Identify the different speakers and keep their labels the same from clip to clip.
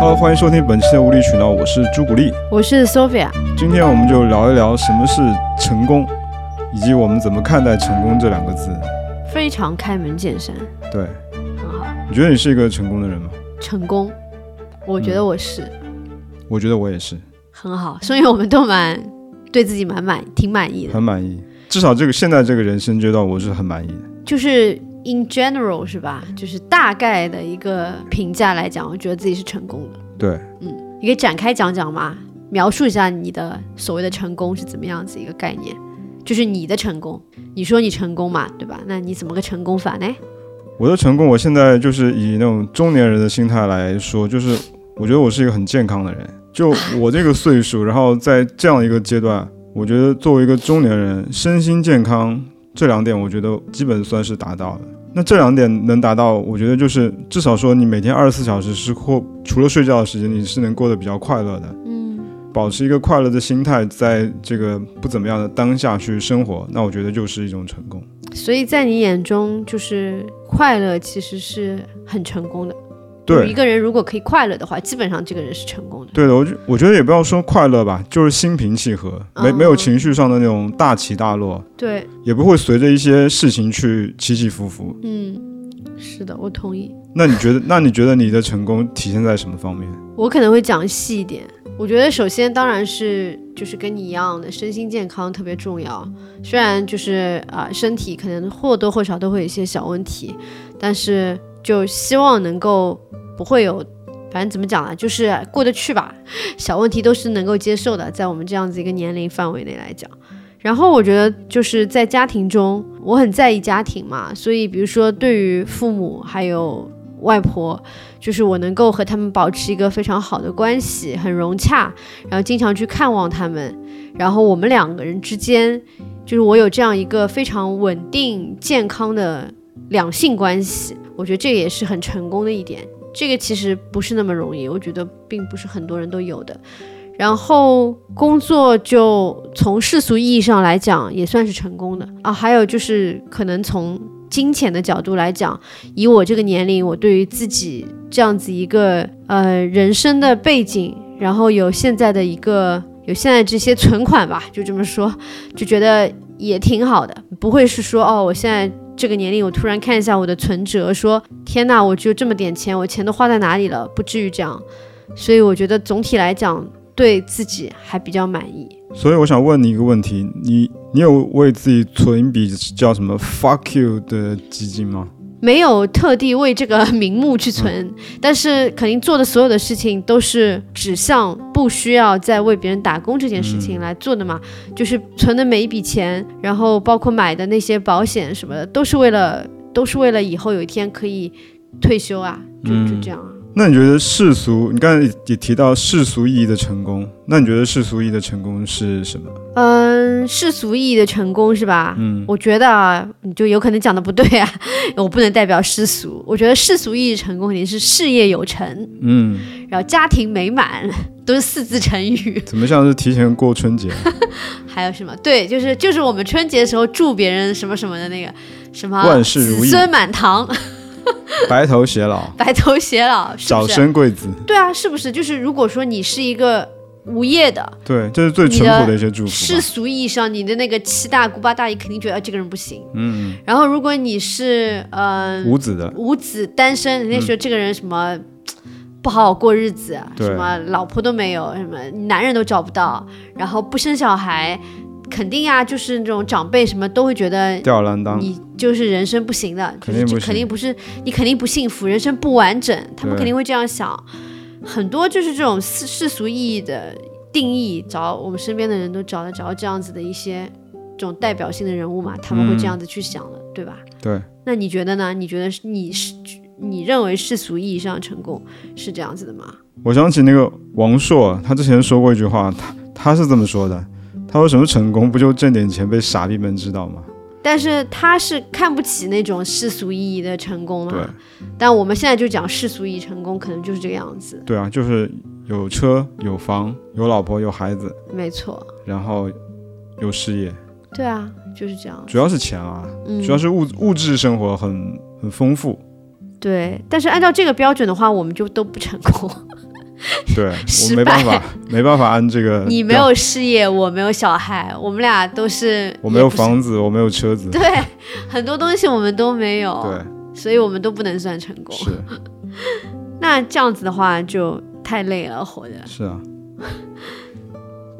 Speaker 1: 喽，欢迎收听本期的无理取闹，我是朱古力。
Speaker 2: 我是 Sophia。
Speaker 1: 今天我们就聊一聊什么是成功，以及我们怎么看待成功这两个字。
Speaker 2: 非常开门见山，
Speaker 1: 对，
Speaker 2: 很好，
Speaker 1: 你觉得你是一个成功的人吗？
Speaker 2: 成功。我觉得我是、
Speaker 1: 我觉得我也是，
Speaker 2: 很好，所以我们都蛮对自己蛮满，挺满意的。
Speaker 1: 很满意。至少这个现在这个人生阶段，我是很满意的。
Speaker 2: 就是 in general 是吧？就是大概的一个评价来讲，我觉得自己是成功的。
Speaker 1: 对，
Speaker 2: 你可以展开讲讲吗？描述一下你的所谓的成功是怎么样子一个概念？就是你的成功，你说你成功嘛，对吧？那你怎么个成功法呢？
Speaker 1: 我的成功，我现在就是以那种中年人的心态来说，就是我觉得我是一个很健康的人。就我这个岁数，然后在这样一个阶段，我觉得作为一个中年人，身心健康这两点，我觉得基本算是达到了。那这两点能达到，我觉得就是至少说你每天二十四小时是或除了睡觉的时间，你是能过得比较快乐的，
Speaker 2: 嗯，
Speaker 1: 保持一个快乐的心态，在这个不怎么样的当下去生活，那我觉得就是一种成功。
Speaker 2: 所以在你眼中，就是快乐其实是很成功的。有一
Speaker 1: 对，
Speaker 2: 个人如果可以快乐的话，基本上这个人是成功的。
Speaker 1: 对的，我觉我觉得也不要说快乐吧，就是心平气和，没没有情绪上的那种大起大落，
Speaker 2: 对，
Speaker 1: 也不会随着一些事情去起起伏伏。
Speaker 2: 嗯，是的，我同意。
Speaker 1: 那你觉得，那你觉得你的成功体现在什么方面？
Speaker 2: 我可能会讲细一点。我觉得首先当然是就是跟你一样的身心健康特别重要，虽然就是啊、身体可能或多或少都会有一些小问题，但是就希望能够不会有，反正怎么讲啊，就是过得去吧， 小问题都是能够接受的，在我们这样子一个年龄范围内来讲。然后我觉得就是在家庭中，我很在意家庭嘛，所以比如说对于父母还有外婆，就是我能够和他们保持一个非常好的关系，很融洽，然后经常去看望他们，然后我们两个人之间，就是我有这样一个非常稳定健康的两性关系，我觉得这也是很成功的一点。这个其实不是那么容易，我觉得并不是很多人都有的。然后工作就从世俗意义上来讲也算是成功的啊，还有就是可能从金钱的角度来讲，以我这个年龄，我对于自己这样子一个呃人生的背景，然后有现在的一个有现在这些存款吧，就这么说，就觉得也挺好的，不会是说哦，我现在这个年龄，我突然看一下我的存折，说天呐，我只有这么点钱，我钱都花在哪里了？不至于这样，所以我觉得总体来讲，对自己还比较满意。
Speaker 1: 所以我想问你一个问题，你你有为自己存一笔叫什么 “fuck you” 的基金吗？
Speaker 2: 没有特地为这个名目去存，但是肯定做的所有的事情都是指向不需要再为别人打工这件事情来做的嘛，就是存的每一笔钱，然后包括买的那些保险什么的，都是为了都是为了以后有一天可以退休啊，就就这样啊。
Speaker 1: 那你觉得世俗？你刚才也也提到世俗意义的成功，那你觉得世俗意义的成功是什么？
Speaker 2: 嗯，世俗意义的成功是吧？
Speaker 1: 嗯，
Speaker 2: 我觉得啊，你就有可能讲的不对啊， 我不能代表世俗。我觉得世俗意义成功肯定是事业有成，
Speaker 1: 嗯，
Speaker 2: 然后家庭美满都是四字成语，
Speaker 1: 怎么像是提前过春节？
Speaker 2: 还有什么？对，就是就是我们春节的时候祝别人什么什么的那个什么
Speaker 1: 万事如意
Speaker 2: 子孙满堂、
Speaker 1: 白头偕老，
Speaker 2: 白头偕老，是
Speaker 1: 早
Speaker 2: 不是？
Speaker 1: 生贵子，
Speaker 2: 对啊，是不是？就是如果说你是一个无业的，
Speaker 1: 对，这是最淳朴的一些祝福
Speaker 2: 世
Speaker 1: 吧。
Speaker 2: 俗意义上你的那个七大姑八大姨肯定觉得、啊、这个人不行，嗯。然后如果你是嗯、
Speaker 1: 无子的，
Speaker 2: 无子单身，人家说这个人什么、不好好过日子，啊
Speaker 1: 对
Speaker 2: 什么老婆都没有，什么男人都找不到，然后不生小孩，肯定呀、就是那种长辈什么都会觉得
Speaker 1: 吊儿郎当，
Speaker 2: 你就是人生不行的，
Speaker 1: 肯定
Speaker 2: 就是
Speaker 1: 不
Speaker 2: 这
Speaker 1: 行
Speaker 2: 肯定不是你肯定不幸福，人生不完整，他们
Speaker 1: 对
Speaker 2: 肯定会这样想。很多就是这种世世俗意义的定义，找我们身边的人都找得着这样子的一些这种代表性的人物嘛，他们会这样子去想的，对吧？
Speaker 1: 对。
Speaker 2: 那你觉得呢？你觉得是你是你认为世俗意义上的成功是这样子的吗？
Speaker 1: 我想起那个王朔，他之前说过一句话，他他是这么说的，他说什么成功不就挣点钱被傻逼们知道吗？
Speaker 2: 但是他是看不起那种世俗意义的成功
Speaker 1: 对
Speaker 2: 嘛？但我们现在就讲世俗意义成功，可能就是这个样子，
Speaker 1: 对啊，就是有车有房有老婆有孩子，
Speaker 2: 没错。
Speaker 1: 然后有事业，
Speaker 2: 对啊，就是这样。
Speaker 1: 主要是钱啊，
Speaker 2: 嗯，
Speaker 1: 主要是物物质生活很很丰富。
Speaker 2: 对。但是按照这个标准的话，我们就都不成功，
Speaker 1: 对
Speaker 2: 失
Speaker 1: 我没办
Speaker 2: 败
Speaker 1: 法，没办法按这个。啊
Speaker 2: 你没，有事业，我没有小孩，我们俩都是
Speaker 1: 我没有，
Speaker 2: 也
Speaker 1: 房子，我没有车子。
Speaker 2: 不是对，很多东西我们都没有，
Speaker 1: 对，
Speaker 2: 所以我们都不能算成功。
Speaker 1: 是
Speaker 2: 那这样子的话就太累了，活着。
Speaker 1: 是啊，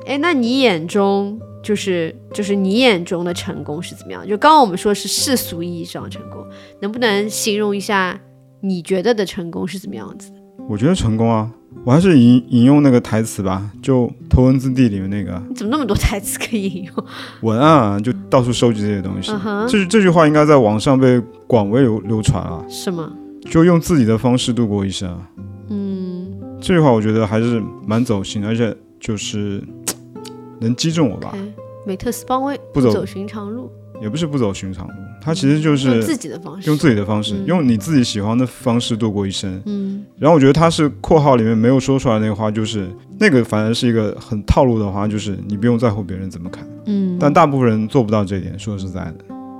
Speaker 2: 哎，那你眼中就是就是你眼中的成功是怎么样？就刚刚我们说是世俗意义上的成功，能不能形容一下你觉得的成功是怎么样子的？
Speaker 1: 我觉得成功啊。我还是引引用那个台词吧，就《头文字 D》里面那个
Speaker 2: 你怎么那么多 台词可以引用？
Speaker 1: 文案啊，就到处收集这些东西。
Speaker 2: 嗯哼，
Speaker 1: 这这句话应该在网上被广为流流传啊，
Speaker 2: 是吗？
Speaker 1: 就用自己的方式度过一生。嗯，这句话我觉得还是蛮走心的，而且就是能击中我吧，
Speaker 2: 哎，美特斯邦威
Speaker 1: 不走
Speaker 2: 走寻常路，
Speaker 1: 也不是不走寻常路，它其实就
Speaker 2: 用
Speaker 1: 是
Speaker 2: 自己的方式，
Speaker 1: 用自己的方式，
Speaker 2: 嗯
Speaker 1: 用你自己喜欢的方式度过一生。
Speaker 2: 嗯
Speaker 1: 然后我觉得他是括号里面没有说出来那个话，就是那个反而是一个很套路的话，就是你不用在乎别人怎么看。
Speaker 2: 嗯，
Speaker 1: 但大部分人做不到这一点，说实在的。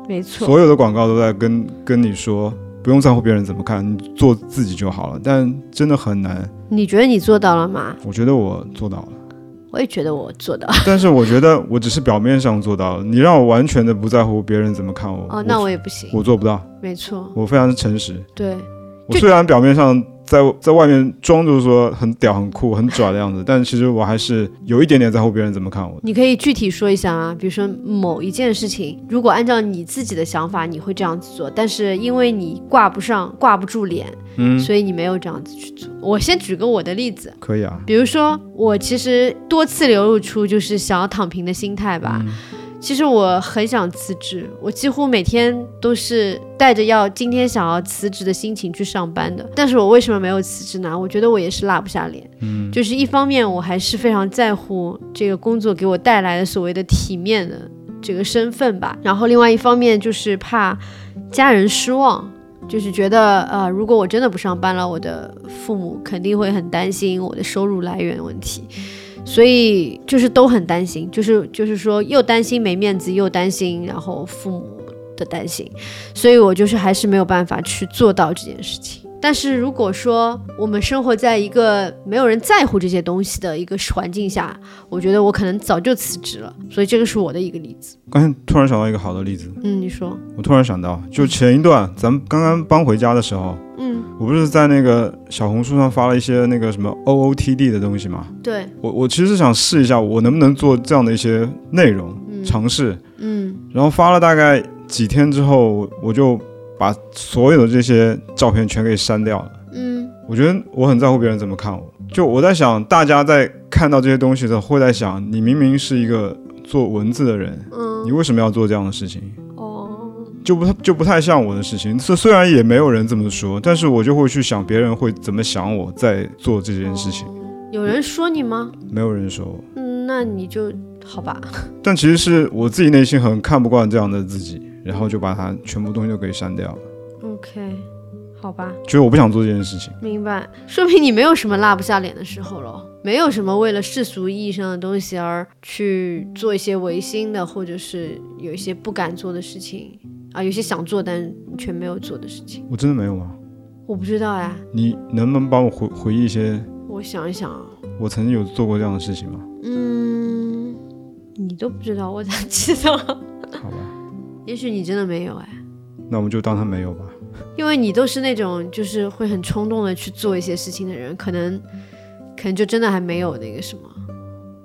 Speaker 2: 没错，
Speaker 1: 所有的广告都在跟跟你说，不用在乎别人怎么看，你做自己就好了。但真的很难，
Speaker 2: 你觉得你做到了吗？
Speaker 1: 我觉得我做到了，
Speaker 2: 我也觉得我做到。
Speaker 1: 但是我觉得我只是表面上做到了。你让我完全的不在乎别人怎么看我，
Speaker 2: 哦，那
Speaker 1: 我
Speaker 2: 我也不行，
Speaker 1: 我做不到，
Speaker 2: 没错，
Speaker 1: 我非常诚实。
Speaker 2: 对，
Speaker 1: 我虽然表面上在在外面装着说很屌、很酷、很拽的样子，但其实我还是有一点点在乎别人怎么看我的。
Speaker 2: 你可以具体说一下啊，比如说某一件事情，如果按照你自己的想法，你会这样子做，但是因为你挂不上、挂不住脸，
Speaker 1: 嗯，
Speaker 2: 所以你没有这样子去做。我先举个我的例子，
Speaker 1: 可以啊，
Speaker 2: 比如说我其实多次流露出就是想要躺平的心态吧。其实我很想辞职，我几乎每天都是带着要今天想要辞职的心情去上班的。但是我为什么没有辞职呢？我觉得我也是落不下脸。嗯，就是一方面我还是非常在乎这个工作给我带来的所谓的体面的这个身份吧，然后另外一方面就是怕家人失望。就是觉得，呃，如果我真的不上班了，我的父母肯定会很担心我的收入来源问题，所以就是都很担心，就是就是说又担心没面子，又担心然后父母的担心，所以我就是还是没有办法去做到这件事情。但是如果说我们生活在一个没有人在乎这些东西的一个环境下，我觉得我可能早就辞职了，所以这个是我的一个例子。
Speaker 1: 刚才突然想到一个好的例子，
Speaker 2: 嗯，你说，
Speaker 1: 我突然想到，就前一段咱们刚刚搬回家的时候，
Speaker 2: 嗯，
Speaker 1: 我不是在那个小红书上发了一些那个什么 OOTD 的东西嘛？
Speaker 2: 对，
Speaker 1: 我我其实想试一下，我能不能做这样的一些内容、
Speaker 2: 嗯
Speaker 1: 尝试。
Speaker 2: 嗯
Speaker 1: 然后发了大概几天之后，我我就把所有的这些照片全给删掉了。
Speaker 2: 嗯，
Speaker 1: 我觉得我很在乎别人怎么看我，就我在想，大家在看到这些东西的时候，会在想，你明明是一个做文字的人，
Speaker 2: 嗯
Speaker 1: 你为什么要做这样的事情？
Speaker 2: 哦，
Speaker 1: 就不太就不太像我的事情。虽虽然也没有人这么说，但是我就会去想别人会怎么想我在做这件事情。
Speaker 2: 哦有人说你吗？
Speaker 1: 没有人说我，
Speaker 2: 嗯，那你就好吧。
Speaker 1: 但其实是我自己内心很看不惯这样的自己，然后就把它全部东西都给删掉了，
Speaker 2: OK，好吧，
Speaker 1: 觉得我不想做这件事情。
Speaker 2: 明白。说明你没有什么落不下脸的时候了，没有什么为了世俗意义上的东西而去做一些违心的，或者是有一些不敢做的事情啊，有些想做但却没有做的事情。
Speaker 1: 我真的没有吗？
Speaker 2: 我不知道哎，
Speaker 1: 你能不能帮我回回忆一些
Speaker 2: 我想一想啊，
Speaker 1: 我曾经有做过这样的事情吗？
Speaker 2: 嗯，你都不知道，我咋知道？
Speaker 1: 好吧，
Speaker 2: 也许你真的没有哎。
Speaker 1: 那我们就当他没有吧。
Speaker 2: 因为你都是那种就是会很冲动的去做一些事情的人，可能可能就真的还没有那个什么。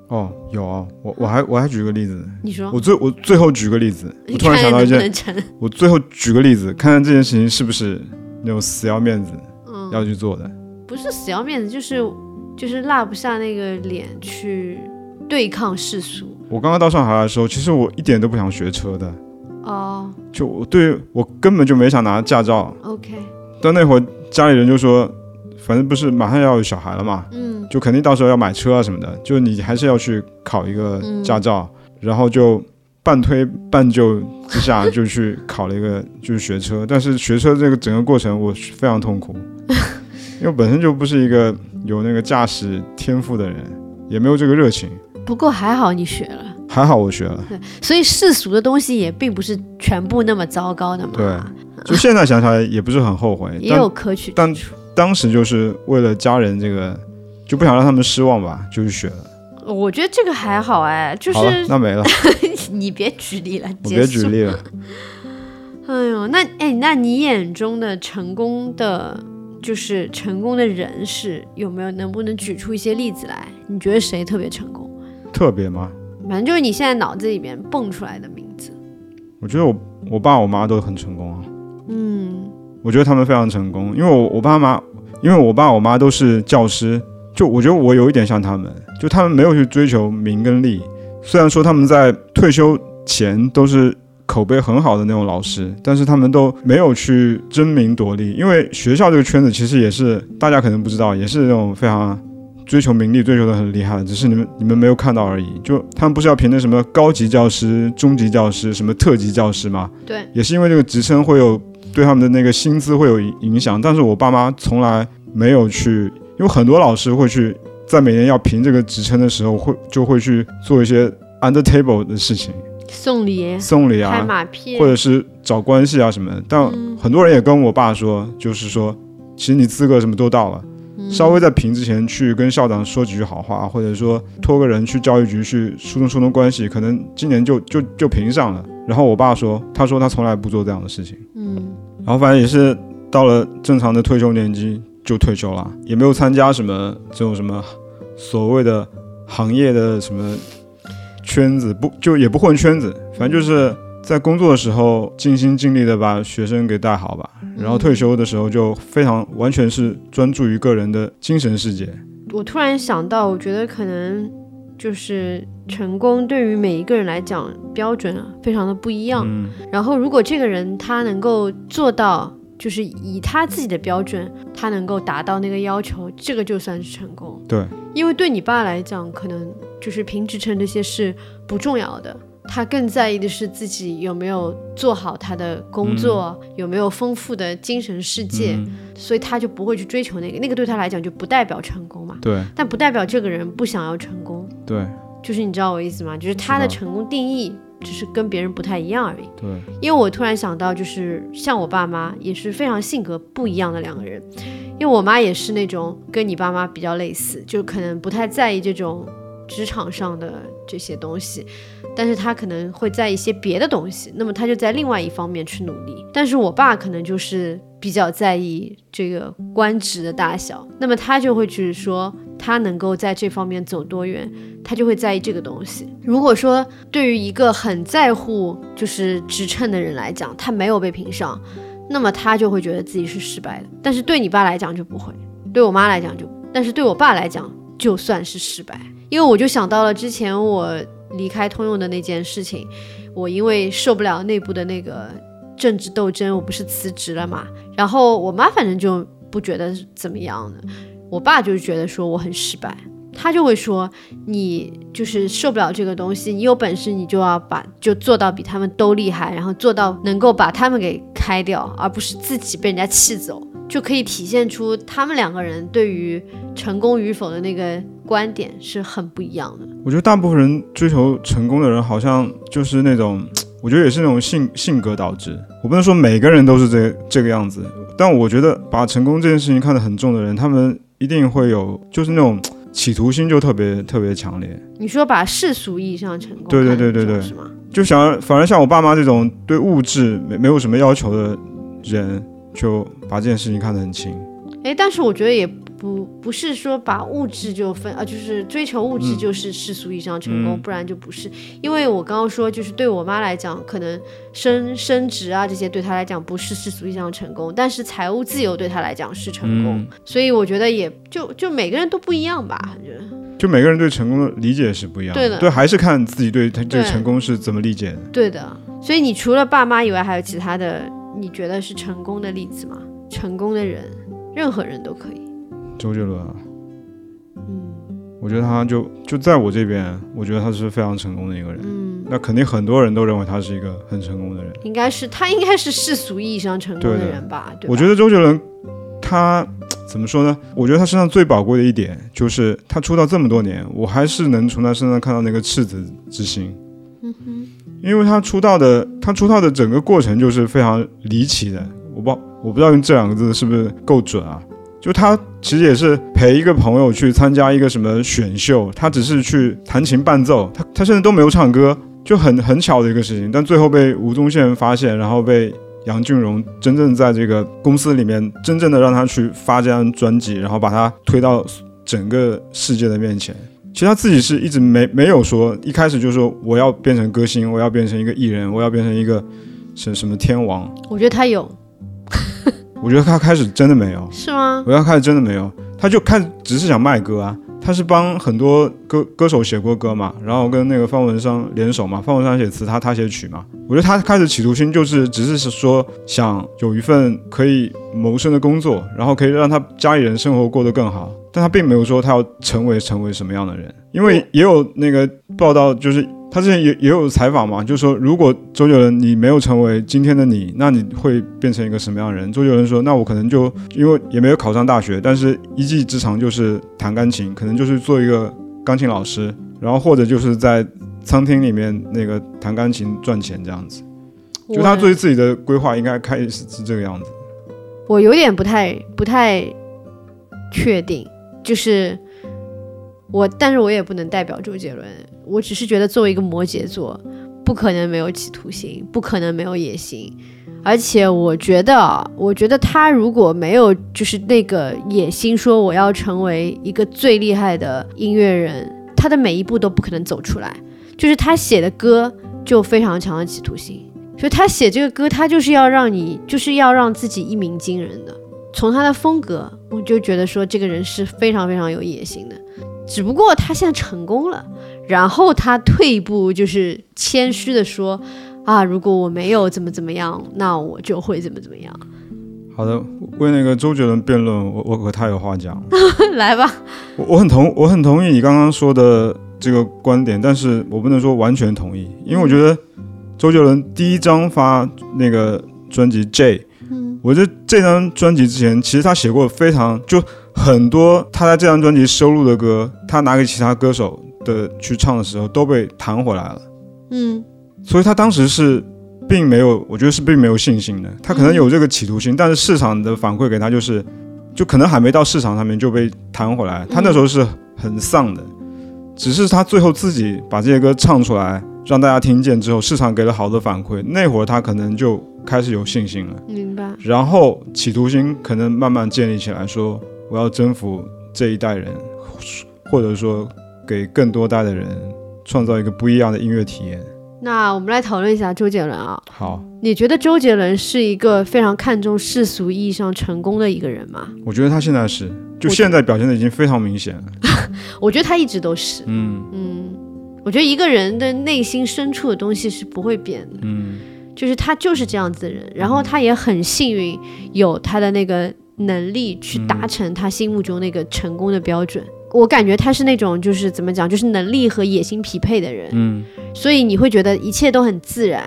Speaker 1: 哦，有哦，我我还我还举个例子，
Speaker 2: 你说，
Speaker 1: 我最我最后举个例子，
Speaker 2: 你
Speaker 1: 我突然
Speaker 2: 看
Speaker 1: 想到一
Speaker 2: 能不
Speaker 1: 件
Speaker 2: 能成？
Speaker 1: 我最后举个例子，看看这件事情是不是那种死要面子
Speaker 2: 嗯，
Speaker 1: 要去做的。
Speaker 2: 不是死要面子，就是就是落不下那个脸去对抗世俗
Speaker 1: 我刚刚到上海的时候，其实我一点都不想学车的，
Speaker 2: 哦。
Speaker 1: 就我对我根本就没想拿驾照。
Speaker 2: OK，
Speaker 1: 但那会儿家里人就说，反正不是马上要有小孩了嘛，
Speaker 2: 嗯
Speaker 1: 就肯定到时候要买车啊什么的，就你还是要去考一个
Speaker 2: 嗯
Speaker 1: 驾照，然后就半推半就之下就去考了一 个就是学车，但是学车这个整个过程我是非常痛 苦，因为本身就不是一个有那个驾驶天赋的人，也没有这个热情，
Speaker 2: 不过还好你学了，
Speaker 1: 还好我学了。
Speaker 2: 所以世俗的东西也并不是全部那么糟糕的嘛。
Speaker 1: 对就现在想起来也不是很后悔，
Speaker 2: 也
Speaker 1: 但
Speaker 2: 有可取之
Speaker 1: 但
Speaker 2: 处。
Speaker 1: 当时就是为了家人这个就不想让他们失望吧，就去学了。
Speaker 2: 我觉得这个还好哎，就
Speaker 1: 好了，
Speaker 2: 是
Speaker 1: 那没了，
Speaker 2: 你别举例了，
Speaker 1: 我
Speaker 2: 结
Speaker 1: 别举
Speaker 2: 束
Speaker 1: 例了。
Speaker 2: 哎呦，那哎，那你眼中的成功的，就是成功的人是有没有？能不能举出一些例子来？你觉得谁特别成功？
Speaker 1: 特别吗？
Speaker 2: 反正就是你现在脑子里面蹦出来的名字。
Speaker 1: 我觉得我我爸我妈都很成功啊，
Speaker 2: 嗯，
Speaker 1: 我觉得他们非常成功，因为我我爸妈，因为我爸我妈都是教师，就我觉得我有一点像他们，就他们没有去追求名跟利，虽然说他们在退休前都是口碑很好的那种老师，但是他们都没有去争名夺利，因为学校这个圈子其实也是大家可能不知道，也是那种非常。追求名利，追求的很厉害，只是你们你们没有看到而已。就他们不是要评那什么高级教师、中级教师、什么特级教师吗？
Speaker 2: 对，
Speaker 1: 也是因为这个职称会有对他们的那个薪资会有影响，但是我爸妈从来没有去，因为很多老师会去在每年要评这个职称的时候，会就会去做一些 under table 的事情，
Speaker 2: 送礼、
Speaker 1: 送礼
Speaker 2: 拍
Speaker 1: 啊，
Speaker 2: 马屁，
Speaker 1: 或者是找关系啊什么的。但
Speaker 2: 嗯
Speaker 1: 很多人也跟我爸说，就是说，其实你资格什么都到了。
Speaker 2: 嗯
Speaker 1: 稍微在评之前去跟校长说几句好话，或者说托个人去教育局去疏通疏通关系，可能今年就就就评上了。然后我爸说，他说他从来不做这样的事情。
Speaker 2: 嗯
Speaker 1: 然后反正也是到了正常的退休年纪就退休了，也没有参加什么这种什么所谓的行业的什么圈子，不就也不混圈子，反正就是在工作的时候尽心尽力的把学生给带好吧。然后退休的时候就非常完全是专注于个人的精神世界。
Speaker 2: 我突然想到，我觉得可能就是成功对于每一个人来讲标准啊，非常的不一样。
Speaker 1: 嗯，
Speaker 2: 然后，如果这个人他能够做到，就是以他自己的标准，他能够达到那个要求，这个就算是成功。
Speaker 1: 对，
Speaker 2: 因为对你爸来讲，可能就是评职称这些是不重要的，他更在意的是自己有没有做好他的工作，有没有丰富的精神世界，
Speaker 1: 嗯、
Speaker 2: 所以他就不会去追求那个，那个对他来讲就不代表成功嘛。
Speaker 1: 对
Speaker 2: 但不代表这个人不想要成功，
Speaker 1: 对
Speaker 2: 就是你知道我意思吗？就是他的
Speaker 1: 知道
Speaker 2: 成功定义只是跟别人不太一样而已。
Speaker 1: 对，
Speaker 2: 因为我突然想到，就是像我爸妈也是非常性格不一样的两个人，因为我妈也是那种跟你爸妈比较类似，就可能不太在意这种职场上的这些东西，但是她可能会在一些别的东西，那么她就在另外一方面去努力。但是我爸可能就是比较在意这个官职的大小，那么他就会去说他能够在这方面走多远，他就会在意这个东西。如果说对于一个很在乎就是职称的人来讲，他没有被评上，那么他就会觉得自己是失败的。但是对你爸来讲就不会，对我妈来讲就，但是对我爸来讲就算是失败，因为我就想到了之前我离开通用的那件事情，我因为受不了内部的那个政治斗争，我不是辞职了嘛，然后我妈反正就不觉得怎么样的，我爸就是觉得说我很失败。他就会说，你就是受不了这个东西，你有本事你就要把就做到比他们都厉害，然后做到能够把他们给开掉，而不是自己被人家气走，就可以体现出他们两个人对于成功与否的那个观点是很不一样的。
Speaker 1: 我觉得大部分人追求成功的人，好像就是那种，我觉得也是那种性性格导致。我不能说每个人都是这这个样子，但我觉得把成功这件事情看得很重的人，他们一定会有，就是那种企图心就特别特别强烈，
Speaker 2: 你说把世俗意义上的成功
Speaker 1: 对对
Speaker 2: 看成
Speaker 1: 对对
Speaker 2: 这种
Speaker 1: 对
Speaker 2: 是吗？
Speaker 1: 就想要反而像我爸妈这种对物质没没有什么要求的人，就把这件事情看得很轻。
Speaker 2: 哎，但是我觉得也不不是说把物质就分啊，就是追求物质就是世俗意义上成功，
Speaker 1: 嗯
Speaker 2: 不然就不是。因为我刚刚说，就是对我妈来讲，可能升升职啊这些对她来讲不是世俗意义上的成功，但是财务自由对她来讲是成功。
Speaker 1: 嗯
Speaker 2: 所以我觉得也就就每个人都不一样吧，我觉得
Speaker 1: 就每个人对成功的理解是不一样
Speaker 2: 对的
Speaker 1: 对，还是看自己对他对
Speaker 2: 对
Speaker 1: 成功是怎么理解的。
Speaker 2: 对的。所以你除了爸妈以外，还有其他的你觉得是成功的例子吗？成功的人，任何人都可以。
Speaker 1: 周杰伦啊，
Speaker 2: 嗯
Speaker 1: 我觉得他就就在我这边，我觉得他是非常成功的一个人。
Speaker 2: 嗯。
Speaker 1: 那肯定很多人都认为他是一个很成功的人。
Speaker 2: 应该是他应该是世俗意义上成功
Speaker 1: 对
Speaker 2: 的
Speaker 1: 的
Speaker 2: 人吧？对吧
Speaker 1: 我觉得周杰伦，他怎么说呢？我觉得他身上最宝贵的一点就是他出道这么多年，我还是能从他身上看到那个赤子之心。
Speaker 2: 嗯
Speaker 1: 因为他出道的，他出道的整个过程就是非常离奇的。我不，我不知道用这两个字是不是够准啊？就他其实也是陪一个朋友去参加一个什么选秀，他只是去弹琴伴奏，他他甚至都没有唱歌，就很很巧的一个事情。但最后被吴宗宪发现，然后被杨俊荣真正在这个公司里面真正的让他去发这张专辑，然后把他推到整个世界的面前。其实他自己是一直没没有说一开始就说我要变成歌星，我要变成一个艺人，我要变成一个什什么天王。
Speaker 2: 我觉得他有，
Speaker 1: 我觉得他开始真的没有，
Speaker 2: 是吗？
Speaker 1: 我要开始真的没有，他就开始只是想卖歌啊。他是帮很多歌歌手写过歌嘛，然后跟那个方文山联手嘛，方文山写词，他他写曲嘛。我觉得他开始企图心就是只是说想有一份可以谋生的工作，然后可以让他家里人生活过得更好，但他并没有说他要成为成为什么样的人，因为也有那个报道就是。他之前也也有采访嘛，就说如果周杰伦你没有成为今天的你，那你会变成一个什么样的人？周杰伦说，那我可能就因为也没有考上大学，但是一技之长就是弹钢琴，可能就是做一个钢琴老师，然后或者就是在餐厅里面那个弹钢琴赚钱这样子。呃就他
Speaker 2: 我
Speaker 1: 对自己的规划应该开始是这个样子。
Speaker 2: 我有点不太不太确定，就是我，但是我也不能代表周杰伦，我只是觉得作为一个摩羯座，不可能没有企图心，不可能没有野心，而且我觉得啊，我觉得他如果没有就是那个野心，说我要成为一个最厉害的音乐人，他的每一步都不可能走出来。就是他写的歌就非常强的企图心，所以他写这个歌，他就是要让你，就是要让自己一鸣惊人的。从他的风格，我就觉得说这个人是非常非常有野心的。只不过他现在成功了，然后他退一步，就是谦虚的说：“啊，如果我没有怎么怎么样，那我就会怎么怎么样。
Speaker 1: 好的，为那个周杰伦辩论，我我可太有话讲了。”
Speaker 2: 来吧，
Speaker 1: 我我很同我很同意你刚刚说的这个观点，但是我不能说完全同意，因为我觉得周杰伦第一张发那个专辑《J》，我觉得这张专辑之前，其实他写过非常就很多他在这张专辑收录的歌，他拿给其他歌手的去唱的时候都被弹回来了，
Speaker 2: 嗯，
Speaker 1: 所以他当时是。并没有，我觉得是并没有信心的。他可能有这个企图心，但是市场的反馈给他就是，就可能还没到市场上面就被弹回来。他那时候是很丧的，只是他最后自己把这些歌唱出来，让大家听见之后，市场给了好的反馈，那会儿他可能就开始有信心了。
Speaker 2: 嗯明白。
Speaker 1: 然后企图心可能慢慢建立起来，说我要征服这一代人，或者说给更多代的人创造一个不一样的音乐体验。
Speaker 2: 那我们来讨论一下周杰伦啊，
Speaker 1: 好，
Speaker 2: 你觉得周杰伦是一个非常看重世俗意义上成功的一个人吗？
Speaker 1: 我觉得他现在是，就
Speaker 2: 我
Speaker 1: 现在表现的已经非常明显了。
Speaker 2: 我觉得他一直都是，
Speaker 1: 嗯
Speaker 2: 嗯，我觉得一个人的内心深处的东西是不会变的，
Speaker 1: 嗯，
Speaker 2: 就是他就是这样子的人，然后他也很幸运有他的那个能力去
Speaker 1: 嗯
Speaker 2: 达成他心目中那个成功的标准。我感觉他是那种就是怎么讲，就是能力和野心匹配的人，
Speaker 1: 嗯，
Speaker 2: 所以你会觉得一切都很自然。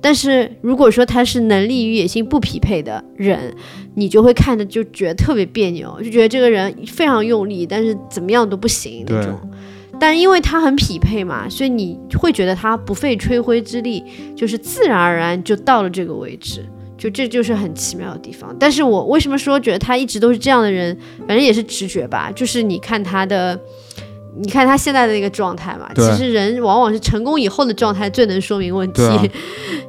Speaker 2: 但是如果说他是能力与野心不匹配的人，你就会看着就觉得特别别扭，就觉得这个人非常用力，但是怎么样都不行那
Speaker 1: 对
Speaker 2: 种。但因为他很匹配嘛，所以你会觉得他不费吹灰之力，就是自然而然就到了这个位置，就这就是很奇妙的地方。但是我为什么说觉得他一直都是这样的人？反正也是直觉吧，就是你看他的，你看他现在的那个状态嘛，其
Speaker 1: 对
Speaker 2: 实人往往是成功以后的状态最能说明问题。
Speaker 1: 对啊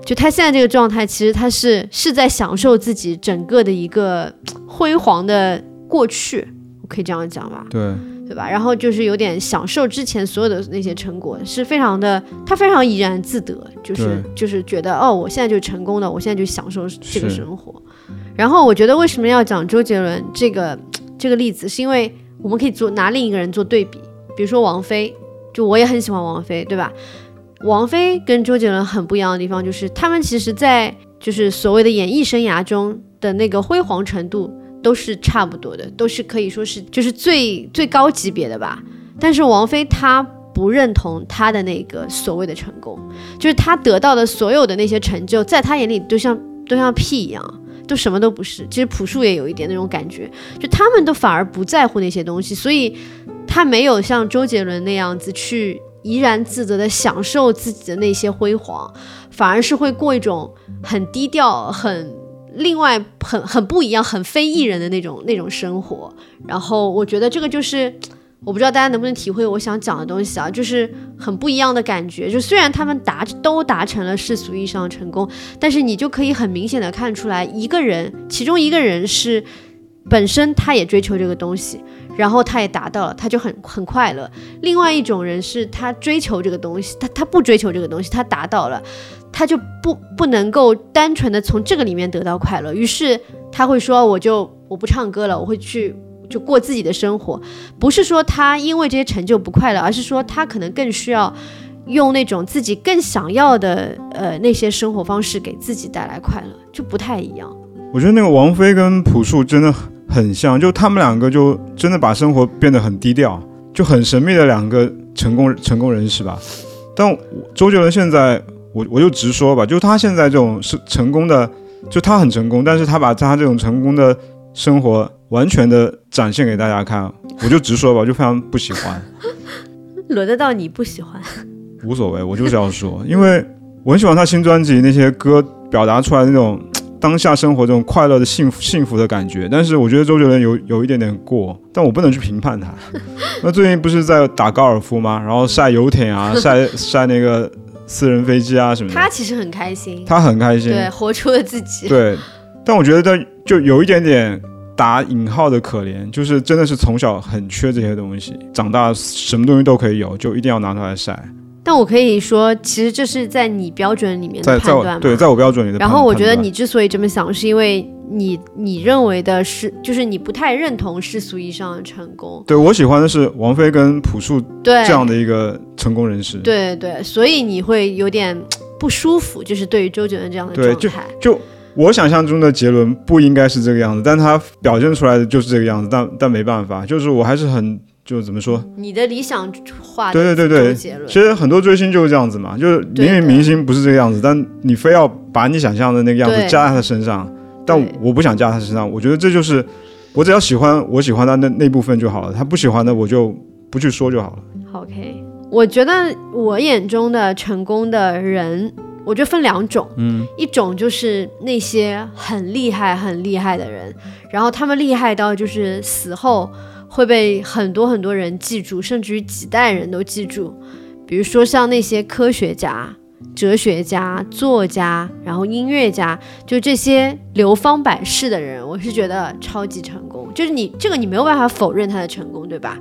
Speaker 2: 就他现在这个状态，其实他是是在享受自己整个的一个嘖辉煌的过去，我可以这样讲吧。
Speaker 1: 对，
Speaker 2: 对吧？然后就是有点享受之前所有的那些成果，是非常的，他非常怡然自得，就是就是觉得哦，我现在就成功了，我现在就享受这个
Speaker 1: 是
Speaker 2: 生活。然后我觉得为什么要讲周杰伦这个这个例子，是因为我们可以做拿另一个人做对比，比如说王菲，就我也很喜欢王菲，对吧？王菲跟周杰伦很不一样的地方就是，他们其实在就是所谓的演艺生涯中的那个辉煌程度都是差不多的，都是可以说是就是最最高级别的吧。但是王菲她不认同她的那个所谓的成功，就是她得到的所有的那些成就，在她眼里都像都像屁一样。都什么都不是，其实朴树也有一点那种感觉，就他们都反而不在乎那些东西，所以他没有像周杰伦那样子去怡然自得的享受自己的那些辉煌，反而是会过一种很低调、很另外很很不一样、很非艺人的那种那种生活。然后我觉得这个就是。我不知道大家能不能体会我想讲的东西啊，就是很不一样的感觉。就虽然他们达都达成了世俗意义上的成功，但是你就可以很明显的看出来，一个人其中一个人是本身他也追求这个东西，然后他也达到了，他就很很快乐。另外一种人是他追求这个东西，他他不追求这个东西，他达到了，他就不不能够单纯的从这个里面得到快乐，于是他会说我就我不唱歌了，我会去。就过自己的生活，不是说他因为这些成就不快乐，而是说他可能更需要用那种自己更想要的呃那些生活方式给自己带来快乐，就不太一样。
Speaker 1: 我觉得那个王菲跟朴树真的很像，就他们两个就真的把生活变得很低调，就很神秘的两个成功成功人士吧。但我周杰伦现在，我我就直说吧，就他现在这种是成功的，就他很成功，但是他把他这种成功的生活完全的展现给大家看，我就直说吧，我就非常不喜欢。
Speaker 2: 轮得到你不喜欢，
Speaker 1: 无所谓，我就是要说，因为我很喜欢他新专辑那些歌表达出来那种当下生活这种快乐的幸福幸福的感觉，但是我觉得周杰伦有有一点点过，但我不能去评判他。那最近不是在打高尔夫吗？然后晒游艇啊，晒晒那个私人飞机啊什么的，
Speaker 2: 他其实很开心，
Speaker 1: 他很开心，
Speaker 2: 对，活出了自己。
Speaker 1: 嗯对，但我觉得他就有一点点打引号的可怜，就是真的是从小很缺这些东西，长大什么东西都可以有，就一定要拿出来晒。
Speaker 2: 但我可以说，其实这是在你标准里面
Speaker 1: 在
Speaker 2: 的
Speaker 1: 在
Speaker 2: 判
Speaker 1: 我
Speaker 2: 断
Speaker 1: 对
Speaker 2: 嘛
Speaker 1: 在我标准里的判。
Speaker 2: 然后我觉得
Speaker 1: 判断
Speaker 2: 你之所以这么想，是因为你你认为的是，就是你不太认同世俗意义上的成功，
Speaker 1: 对我喜欢的是王菲跟朴树
Speaker 2: 对，
Speaker 1: 这样的一个成功人士。
Speaker 2: 对对对，所以你会有点不舒服，就是对于周杰伦这样的
Speaker 1: 对
Speaker 2: 状态。
Speaker 1: 就我想象中的杰伦不应该是这个样子，但他表现出来的就是这个样子。但但没办法，就是我还是很就怎么说？
Speaker 2: 你的理想化
Speaker 1: 对对对
Speaker 2: 周
Speaker 1: 对，
Speaker 2: 杰伦
Speaker 1: 其实很多追星就是这样子嘛，就是
Speaker 2: 对
Speaker 1: 明明
Speaker 2: 的
Speaker 1: 明星不是这个样子，但你非要把你想象的那个样子
Speaker 2: 对
Speaker 1: 加在他身上。但
Speaker 2: 对
Speaker 1: 我不想加在他身上，我觉得这就是我只要喜欢我喜欢他那那部分就好了，他不喜欢的我就不去说就好了。
Speaker 2: OK，我觉得我眼中的成功的人，我觉得分两种，嗯，一种就是那些很厉害、很厉害的人，然后他们厉害到就是死后会被很多很多人记住，甚至于几代人都记住。比如说像那些科学家、哲学家、作家，然后音乐家，就这些流芳百世的人，我是觉得超级成功。就是你这个你没有办法否认他的成功，对吧？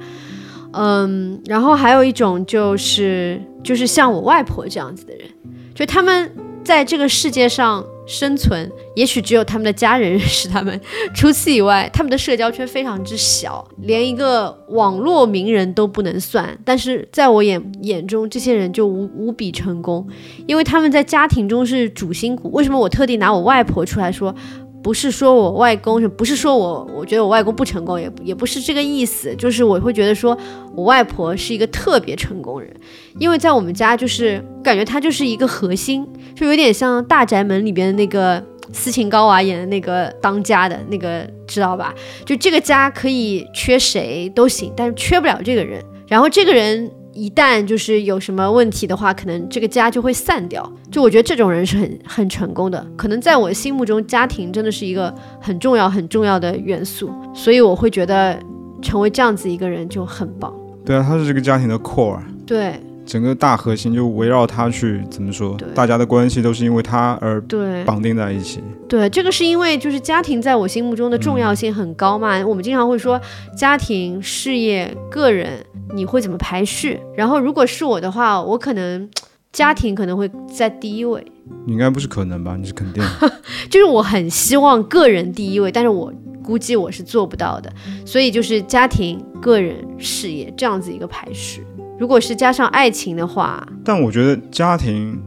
Speaker 2: 嗯，然后还有一种就是就是像我外婆这样子的人，就他们在这个世界上生存，也许只有他们的家人认识他们，除此以外，他们的社交圈非常之小，连一个网络名人都不能算。但是在我眼眼中，这些人就无无比成功，因为他们在家庭中是主心骨。为什么我特地拿我外婆出来说？不是说我外公是，不是说我，我觉得我外公不成功，也也不是这个意思，就是我会觉得说，我外婆是一个特别成功人，因为在我们家就是感觉她就是一个核心，就有点像《大宅门》里边的那个斯琴高娃演的那个当家的那个，知道吧？就这个家可以缺谁都行，但是缺不了这个人。然后这个人一旦就是有什么问题的话，可能这个家就会散掉。就我觉得这种人是很很成功的，可能在我心目中，家庭真的是一个很重要很重要的元素，所以我会觉得成为这样子一个人就很棒。
Speaker 1: 对啊，他是这个家庭的 core。
Speaker 2: 对
Speaker 1: 整个大核心就围绕他去怎么说
Speaker 2: 对，
Speaker 1: 大家的关系都是因为他而
Speaker 2: 对
Speaker 1: 绑定在一起。
Speaker 2: 对，这个是因为就是家庭在我心目中的重要性很高
Speaker 1: 嗯
Speaker 2: 嘛。我们经常会说家庭、事业、个人，你会怎么排序？然后如果是我的话，我可能家庭可能会在第一位，
Speaker 1: 你应该不是可能吧？你是肯定的。
Speaker 2: 就是我很希望个人第一位，但是我估计我是做不到的。所以就是家庭、个人、事业这样子一个排序。如果是加上爱情的话，
Speaker 1: 但我觉得家庭，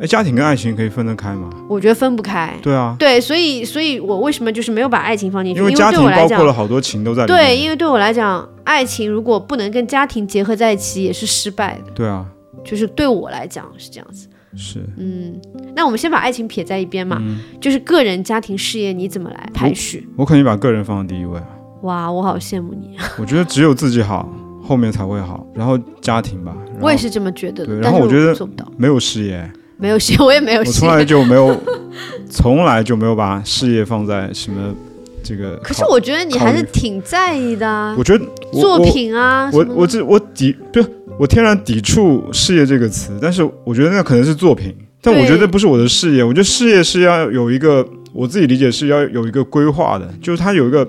Speaker 1: 哎，家庭跟爱情可以分得开吗？
Speaker 2: 我觉得分不开。
Speaker 1: 对啊，
Speaker 2: 对，所以，所以我为什么就是没有把爱情放进去？
Speaker 1: 因
Speaker 2: 因
Speaker 1: 为
Speaker 2: 为
Speaker 1: 家
Speaker 2: 对
Speaker 1: 庭
Speaker 2: 我来
Speaker 1: 包
Speaker 2: 讲
Speaker 1: 括，了好多情都在里面。
Speaker 2: 对，因为对我来讲，爱情如果不能跟家庭结合在一起，也是失败的。
Speaker 1: 对啊，
Speaker 2: 就是对我来讲是这样子。
Speaker 1: 是
Speaker 2: 嗯，那我们先把爱情撇在一边嘛，
Speaker 1: 嗯
Speaker 2: 就是个人、家庭、事业，你怎么来排序？
Speaker 1: 我肯定把个人放在第一位啊。
Speaker 2: 哇，我好羡慕你，啊
Speaker 1: 我觉得只有自己好， 后面才会好。然后家庭吧，然后
Speaker 2: 我也是这么觉得的
Speaker 1: 对。然
Speaker 2: 但
Speaker 1: 后
Speaker 2: 是
Speaker 1: 我觉得
Speaker 2: 做不到，
Speaker 1: 没有事业，
Speaker 2: 没有事业，我也没有
Speaker 1: 我
Speaker 2: 事
Speaker 1: 从
Speaker 2: 业。
Speaker 1: 来就没有从来就没有把事业放在什么这个考。
Speaker 2: 可是我觉得你还是
Speaker 1: 考虑
Speaker 2: 挺在意的啊
Speaker 1: 我，觉得我
Speaker 2: 作品啊，
Speaker 1: 我
Speaker 2: 什
Speaker 1: 我
Speaker 2: 么的
Speaker 1: 我这我抵对我天然抵触“事业”这个词，但是我觉得那可能是作品，但我
Speaker 2: 对
Speaker 1: 觉得不是我的事业。我觉得事业是要有一个我自己理解是要有一个规划的，就是它有一个，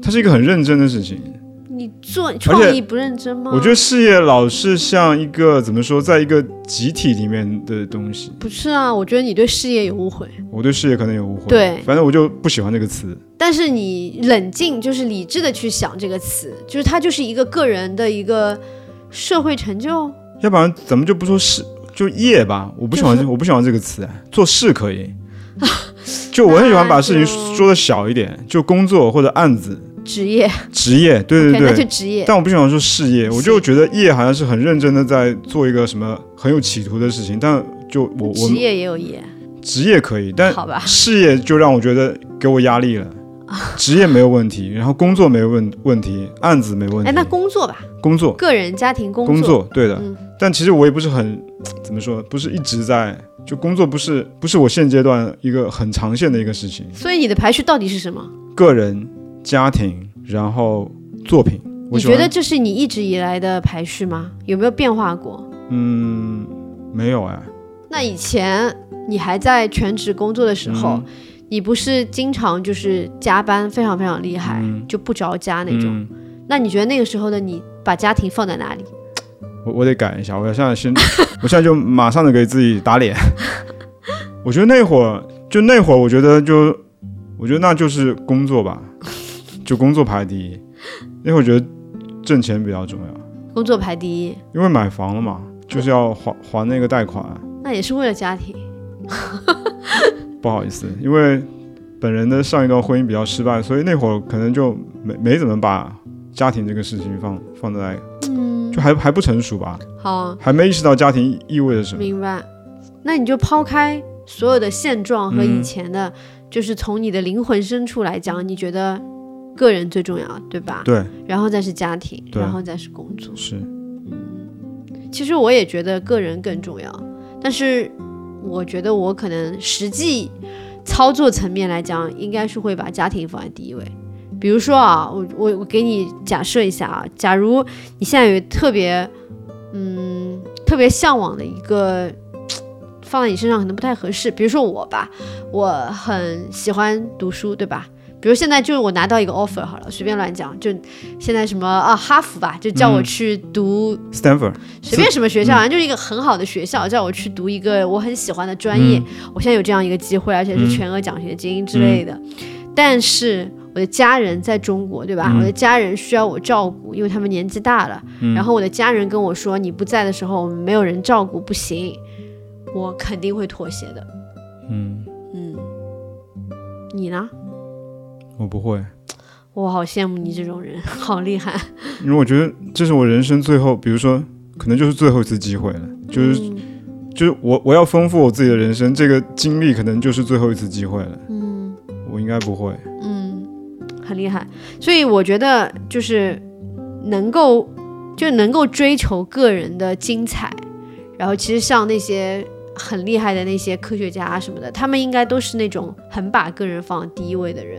Speaker 1: 它是一个很认真的事情。
Speaker 2: 你做创意不认真吗？
Speaker 1: 我觉得事业老是像一个怎么说，在一个集体里面的东西。
Speaker 2: 不是啊，我觉得你对事业有误会。
Speaker 1: 我对事业可能有误会，
Speaker 2: 对
Speaker 1: 反正我就不喜欢这个词。
Speaker 2: 但是你冷静，就是理智的去想这个词，就是它就是一个个人的一个社会成就。
Speaker 1: 要不然咱们就不说事，就业吧。我不喜欢，
Speaker 2: 就是
Speaker 1: 我不喜欢这个词啊。做事可 以，就我很喜欢把事情
Speaker 2: 那就
Speaker 1: 说的小一点，就工作或者案子、
Speaker 2: 职业，
Speaker 1: 职业，对
Speaker 2: OK，
Speaker 1: 对
Speaker 2: 那就
Speaker 1: 对。
Speaker 2: 职业。
Speaker 1: 但我不喜欢说事业，我
Speaker 2: 是
Speaker 1: 就觉得业好像是很认真的在做一个什么很有企图的事情，但就我我
Speaker 2: 职业也有业，
Speaker 1: 职业可以，但
Speaker 2: 好吧？
Speaker 1: 事业就让我觉得给我压 力了。职业没有问题，然后工作没有问问题，案子没问题，
Speaker 2: 哎，那工作吧，
Speaker 1: 工作
Speaker 2: 个人、家庭、工
Speaker 1: 工
Speaker 2: 作，
Speaker 1: 作，对的。
Speaker 2: 嗯
Speaker 1: 但其实我也不是很怎么说，不是一直在就工作，不是不是我现阶段一个很长线的一个事情。
Speaker 2: 所以你的排序到底是什么？
Speaker 1: 个人、家庭，然后作品，我
Speaker 2: 你
Speaker 1: 喜
Speaker 2: 觉
Speaker 1: 欢
Speaker 2: 得这是你一直以来的排序吗？有没有变化过？
Speaker 1: 嗯没有哎，
Speaker 2: 那以前你还在全职工作的时候，
Speaker 1: 嗯
Speaker 2: 你不是经常就是加班非常非常厉害，
Speaker 1: 嗯
Speaker 2: 就不着家那种？
Speaker 1: 嗯，
Speaker 2: 那你觉得那个时候的你把家庭放在哪里？
Speaker 1: 我我得改一下，我现在先， 我现在就马上的给自己打脸。 我觉得那会儿就那会儿，我觉得就我觉得那就是工作吧，就工作排第一。那会儿觉得挣钱比较重要。
Speaker 2: 工作排第一，
Speaker 1: 因为买房了嘛，就是要还还那个贷款。
Speaker 2: 那也是为了家庭。
Speaker 1: 不好意思，因为本人的上一段婚姻比较失败，所以那会儿可能就没没怎么把家庭这个事情放放在，
Speaker 2: 嗯，
Speaker 1: 就还还不成熟吧，
Speaker 2: 好，
Speaker 1: 还没意识到家庭意味着什么。
Speaker 2: 明白。那你就抛开所有的现状和以
Speaker 1: 嗯
Speaker 2: 前的，就是从你的灵魂深处来讲，你觉得个人最重要，对吧？
Speaker 1: 对，
Speaker 2: 然后再是家庭，
Speaker 1: 对
Speaker 2: 然后再是工作。
Speaker 1: 是，
Speaker 2: 其实我也觉得个人更重要，但是我觉得我可能实际操作层面来讲，应该是会把家庭放在第一位。比如说啊，我我我给你假设一下啊，假如你现在有特别嗯特别向往的一个。放在你身上可能不太合适，比如说我吧，我很喜欢读书，对吧？比如现在就是我拿到一个 offer 好了，随便乱讲，就现在什么啊哈佛吧，就叫我
Speaker 1: 嗯
Speaker 2: 去读
Speaker 1: Stanford
Speaker 2: 随便什么学
Speaker 1: 嗯
Speaker 2: 校，反正就是一个很好的学校，叫我去读一个我很喜欢的专业。我现在有这样一个机会，而且是
Speaker 1: 嗯
Speaker 2: 全额奖学金之类的。但是我的家人在中国，对吧？
Speaker 1: 嗯
Speaker 2: 我的家人需要我照顾，因为他们年纪大了。
Speaker 1: 嗯
Speaker 2: 然后我的家人跟我说，你不在的时候，我们没有人照顾，不行。我肯定会妥协的。
Speaker 1: 嗯，
Speaker 2: 嗯，你呢？
Speaker 1: 我不会，
Speaker 2: 我好羡慕你这种人，好厉害。
Speaker 1: 因为我觉得这是我人生最后，比如说可能就是最后一次机会了，就是、
Speaker 2: 嗯
Speaker 1: 就是我我要丰富我自己的人生，这个经历可能就是最后一次机会了，
Speaker 2: 嗯。
Speaker 1: 我应该不会。
Speaker 2: 嗯，很厉害。所以我觉得就是能够就能够追求个人的精彩，然后其实像那些很厉害的那些科学家啊什么的，他们应该都是那种很把个人放第一位的人。